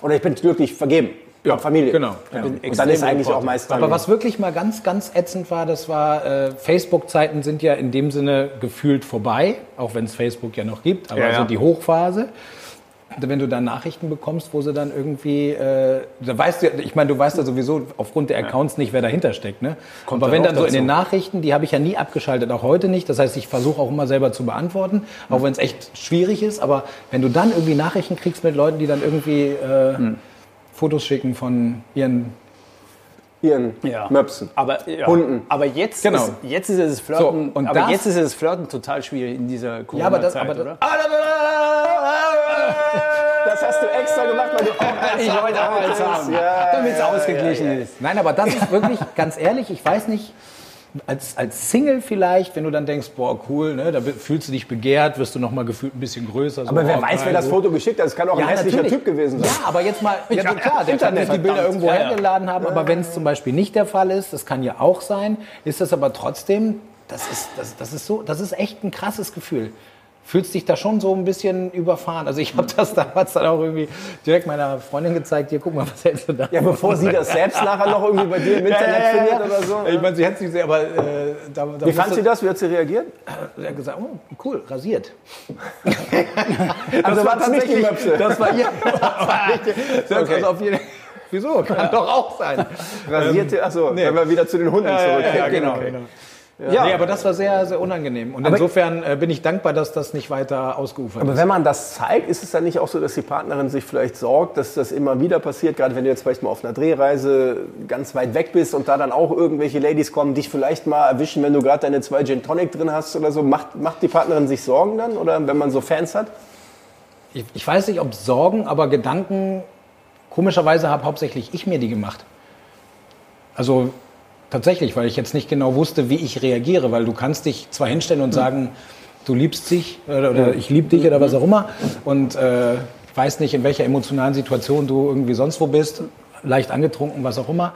Oder ich bin glücklich vergeben. Ja, Familie. genau. Ja. Ja. Und dann ist eigentlich auch meist Aber was wirklich mal ganz, ganz ätzend war, das war, äh, Facebook-Zeiten sind ja in dem Sinne gefühlt vorbei, auch wenn es Facebook ja noch gibt, aber Ja, ja. so die Hochphase. Wenn du dann Nachrichten bekommst, wo sie dann irgendwie, äh, da weißt du, ja- ich meine, du weißt ja sowieso aufgrund der Accounts nicht, wer dahinter steckt, ne? aber wenn auch dann so in den dazu. Nachrichten, die habe ich ja nie abgeschaltet, auch heute nicht. Das heißt, ich versuche auch immer selber zu beantworten, Hm. auch wenn es echt schwierig ist. Aber wenn du dann irgendwie Nachrichten kriegst mit Leuten, die dann irgendwie äh, Hm. Fotos schicken von ihren Ihren Ja. Möpsen. Aber, ja. Hunden. Aber jetzt, Genau. ist, jetzt ist das Flirten. So, und aber das- jetzt ist das Flirten total schwierig in dieser Corona-Zeit, Ja, aber das, aber oder? das, Das hast du extra gemacht, weil du auch Ich wollte auch eins haben, Ja, damit es ausgeglichen ist. nein, aber das ist wirklich, ganz ehrlich, ich weiß nicht, als, als Single vielleicht, wenn du dann denkst, boah, cool, ne, da be- fühlst du dich begehrt, wirst du nochmal gefühlt ein bisschen größer. So, Aber wer boah, weiß, wer geil, das so. Foto geschickt hat. Es kann auch ja, ein hässlicher natürlich. Typ gewesen sein. Ja, aber jetzt mal, ja, Ja, klar, der kann Internet, sich die Bilder verdammt. irgendwo Ja, ja. hergeladen haben, aber wenn es zum Beispiel nicht der Fall ist, das kann ja auch sein, ist das aber trotzdem, das ist, das, das ist so, das ist echt ein krasses Gefühl. fühlst dich da schon so ein bisschen überfahren. Also ich habe das damals dann auch irgendwie direkt meiner Freundin gezeigt, hier, guck mal, was hältst du da? Ja, bevor sie das selbst nachher noch irgendwie bei dir im Ja, Internet ja, ja, ja. findet oder so. Ich meine, sie hat es nicht gesehen, aber äh, da, da Wie fand sie das? Wie hat sie reagiert? Sie hat gesagt, oh, cool, rasiert. Also waren es nicht die Möpse. Das war ihr. Das war nicht die, das Okay. also auf jeden, wieso? Kann doch auch sein. Rasierte, achso, wenn wir wieder zu den Hunden zurückgehen. genau. Okay. genau. Ja, nee, aber das war sehr, sehr unangenehm. Und insofern äh, bin ich dankbar, dass das nicht weiter ausgeufert Aber ist. wenn man das zeigt, ist es dann nicht auch so, dass die Partnerin sich vielleicht sorgt, dass das immer wieder passiert, gerade wenn du jetzt vielleicht mal auf einer Drehreise ganz weit weg bist und da dann auch irgendwelche Ladies kommen, dich vielleicht mal erwischen, wenn du gerade deine zwei Gin Tonic drin hast oder so. Macht, macht die Partnerin sich Sorgen dann oder wenn man so Fans hat? Ich, ich weiß nicht, ob Sorgen, aber Gedanken, komischerweise habe hauptsächlich ich mir die gemacht. Also tatsächlich, weil ich jetzt nicht genau wusste, wie ich reagiere, weil du kannst dich zwar hinstellen Hm. und sagen, du liebst dich oder, oder ich liebe dich oder was auch immer und äh, weiß nicht, in welcher emotionalen Situation du irgendwie sonst wo bist, leicht angetrunken, was auch immer.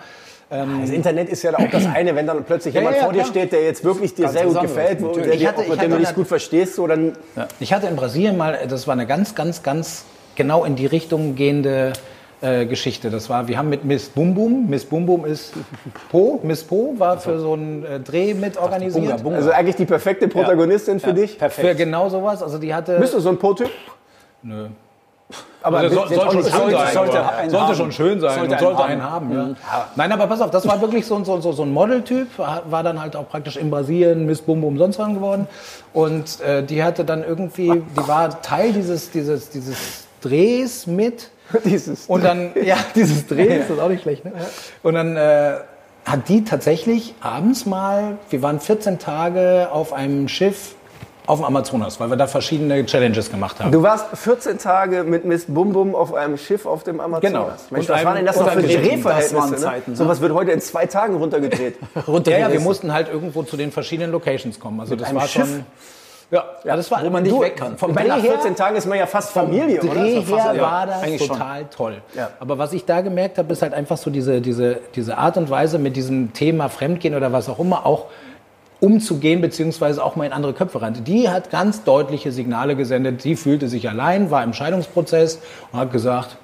Das Also Internet ist ja da auch das eine, wenn dann plötzlich jemand ja, vor dir klar. steht, der jetzt wirklich dir sehr gut besonders, gefällt, wo- der natürlich. Ich dir hatte- auch, ich mit dem du hatte dich gut verstehst, so dann Ich hatte in Brasilien mal, das war eine ganz, ganz, ganz genau in die Richtung gehende äh, Geschichte. Das war, wir haben mit Miss Bum Bum, Miss Bum Bum ist Po, Miss Po war für so einen äh, Dreh mit organisiert. Also eigentlich die perfekte Protagonistin für dich. Für genau sowas, also die hatte... Bist du so ein Po-Typ? Nö. Aber Also soll, bist jetzt auch soll schon nicht schön sollte- sein. sollte aber- einen sollte haben. schon schön sein Sollte und einen sollte einen haben. ja. Nein, aber pass auf, das war wirklich so ein, so, so, so ein Modeltyp, war dann halt auch praktisch in Brasilien Miss Bum Bum sonst wann geworden. Und äh, die hatte dann irgendwie, die war Teil dieses, dieses, dieses Drehs mit. Dieses Und dann, ja, dieses Dreh ist das auch nicht schlecht. Ne? Und dann äh, hat die tatsächlich abends mal, wir waren 14 Tage auf einem Schiff auf dem Amazonas, weil wir da verschiedene Challenges gemacht haben. Du warst 14 Tage mit Miss Bum Bum auf einem Schiff auf dem Amazonas. Genau. Und Mensch, was einem- waren denn das und noch für einem Gerät. Drehverhältnisse? Das waren ne? Zeiten, ne? Sowas wird heute in zwei Tagen runtergedreht. Ja, ja, wir mussten halt irgendwo zu den verschiedenen Locations kommen. Also das einem war Schiff? schon. Ja, ja, das war, Wo man nicht du, weg kann. Vom Bei Dreh nach her, 14 Tagen ist man ja fast Familie, oder? Dreh Das war fast- her ja. war das eigentlich schon. total toll. Ja. Aber was ich da gemerkt habe, ist halt einfach so diese, diese, diese Art und Weise, mit diesem Thema Fremdgehen oder was auch immer auch umzugehen, beziehungsweise auch mal in andere Köpfe rein. Die hat ganz deutliche Signale gesendet. Die fühlte sich allein, war im Scheidungsprozess und hat gesagt,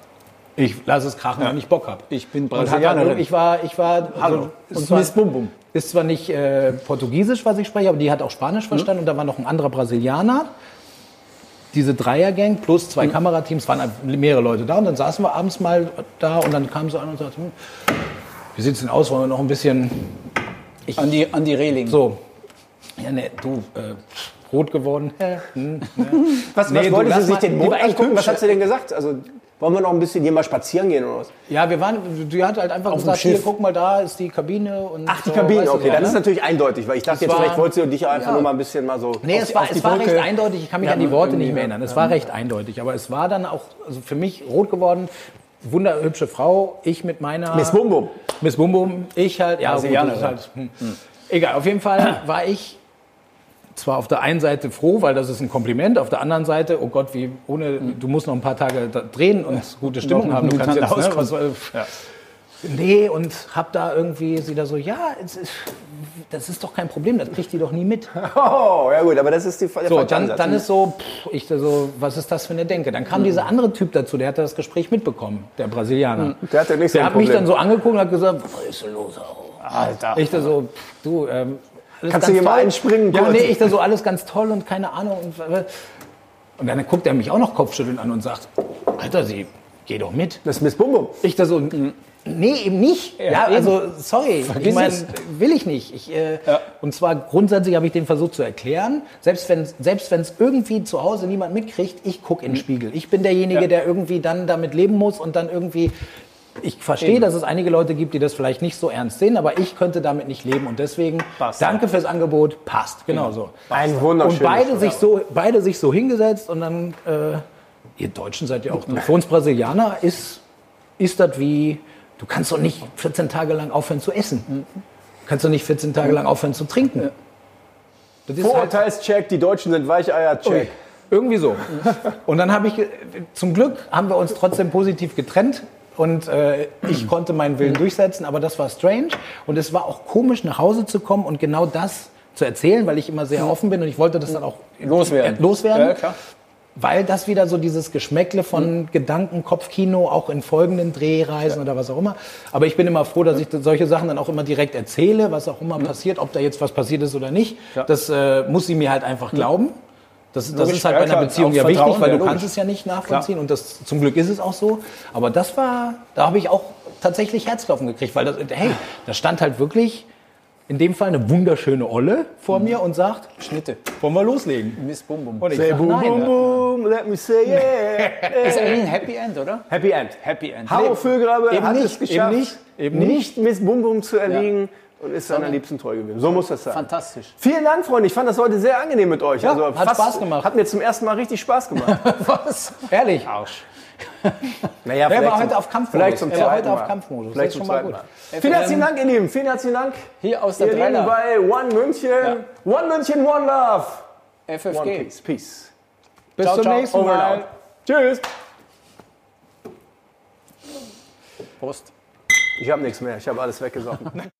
ich lasse es krachen, wenn ich Bock habe. Ich bin Und hat dann, Brasilianerin. ich war, ich war, Hallo. also, Ist es war Miss Bum Bum. ist zwar nicht äh, Portugiesisch, was ich spreche, aber die hat auch Spanisch verstanden und da war noch ein anderer Brasilianer. Diese Dreiergang plus zwei Kamerateams waren mehrere Leute da und dann saßen wir abends mal da und dann kam sie an und sagte, hm, wie sieht's denn aus, wollen wir noch ein bisschen An die, an die Reling. so, ja ne, du, äh, rot geworden. Hä? Hm, ne. Was, Nee, was du, wollte lass sie sich mal- den die Mond war echt angucken? Was hübsch. hat sie denn gesagt? Also wollen wir noch ein bisschen hier mal spazieren gehen oder was? Ja, wir waren, die hat halt einfach gesagt, dem hier, Schiff. guck mal, da ist die Kabine. Und Ach, die so, Kabine, weißt du okay. so, Dann ne? ist natürlich eindeutig, weil ich dachte jetzt, war- vielleicht wollte sie dich einfach nur mal ein bisschen mal so. Nee, auf es die- war, auf die es war Brücke. recht eindeutig. Ich kann mich an die Worte nicht mehr erinnern. Es war recht eindeutig. Aber es war dann auch also für mich rot geworden. Wunderhübsche Frau, ich mit meiner. Miss Bum Bum. Miss Bum Bum, ich halt. Ja, gut, das ist Brasilianerin. halt hm. Egal, auf jeden Fall war ich zwar auf der einen Seite froh, weil das ist ein Kompliment, auf der anderen Seite, oh Gott, wie ohne, Hm. du musst noch ein paar Tage da drehen und gute Stimmung haben. Du kannst miteinander jetzt, ne, was, auskommen. äh, Nee, und hab da irgendwie sie da so, ja, es ist, das ist doch kein Problem, das kriegt die doch nie mit. Oh, ja gut, aber das ist die, der So, falsche dann, Ansatz. dann ist so, pff, ich da so, was ist das für eine Denke? Dann kam Mhm. dieser andere Typ dazu, der hatte das Gespräch mitbekommen, der Brasilianer. Mhm. Der hat ja nicht so Der ein hat mich Problem. dann so angeguckt und hat gesagt, Alter. ich da so, pff, du, ähm, alles Kannst ganz du hier mal toll. einspringen Ja, kurz? nee, ich da so, alles ganz toll und keine Ahnung. Und, äh, und dann guckt er mich auch noch kopfschüttelnd an und sagt, Alter, sie, geh doch mit. Das ist Miss Bum Bum. Ich da so, nee, eben nicht. Ja, eben. also, sorry. ich Vergiss meine, es. will ich nicht. Ich, äh, Und zwar grundsätzlich habe ich den versucht zu erklären, selbst wenn selbst wenn es irgendwie zu Hause niemand mitkriegt, ich gucke Mhm. in den Spiegel. Ich bin derjenige, der irgendwie dann damit leben muss und dann irgendwie. Ich verstehe, dass es einige Leute gibt, die das vielleicht nicht so ernst sehen, aber ich könnte damit nicht leben und deswegen Passt. danke fürs Angebot, passt, genau so. Ein wunderschönes Und beide Stück. sich, so, beide sich so hingesetzt und dann, äh, ihr Deutschen seid ja auch, für uns Brasilianer ist, ist das wie, du kannst doch nicht 14 Tage lang aufhören zu essen. Du kannst doch nicht 14 Tage lang aufhören zu trinken. Das ist halt Vorurteilscheck, die Deutschen sind Weicheier-Check. irgendwie so. Und dann habe ich, ge- zum Glück haben wir uns trotzdem positiv getrennt und äh, ich konnte meinen Willen durchsetzen, aber das war strange und es war auch komisch, nach Hause zu kommen und genau das zu erzählen, weil ich immer sehr offen bin und ich wollte das dann auch Loswerden. Äh, loswerden. Ja, klar. weil das wieder so dieses Geschmäckle Hm. von Gedanken, Kopfkino, auch in folgenden Drehreisen oder was auch immer. Aber ich bin immer froh, Hm. dass ich solche Sachen dann auch immer direkt erzähle, was auch immer passiert, ob da jetzt was passiert ist oder nicht. Ja. Hm. Das äh, muss sie mir halt einfach glauben. Das, das Logisch, ist halt ja, bei einer klar. Beziehung Auf ja wichtig, Vertrauen, weil ja, du logisch. kannst es ja nicht nachvollziehen und das zum Glück ist es auch so. Aber das war, da habe ich auch tatsächlich Herzklopfen gekriegt, weil das, hey, da stand halt wirklich in dem Fall eine wunderschöne Olle vor Hm. mir und sagt, Schnitte. wollen wir loslegen? Miss Bum Bum. Und ich Say sag, boom, nein. boom, boom, let me say yeah. Ist eigentlich ein Happy End, oder? Happy End. Happy End. Haro Vöhlgrabe Eben hat nicht, es geschafft, eben nicht, eben nicht Miss Bum Bum zu erliegen und ist seiner Liebsten treu geblieben. So muss das sein. Fantastisch. Vielen Dank, Freunde. Ich fand das heute sehr angenehm mit euch. Also Ja, hat Spaß gemacht. Hat mir zum ersten Mal richtig Spaß gemacht. Was? Ehrlich? Arsch. naja, Er war heute auf Kampfmodus. Vielleicht zum er war zweiten heute Mal. auf Kampfmodus. das Vielleicht ist zum schon mal zweiten gut. Mal. Vielen herzlichen Dank, ihr Lieben. Vielen herzlichen Dank. Hier aus der Ihr Lieben Dreier. bei One München. One München, One Love. One FFG. Peace. Peace. Bis Ciao, zum ciao. nächsten Over and Mal. out. Tschüss. Prost. Ich habe nichts mehr. Ich habe alles weggesoffen.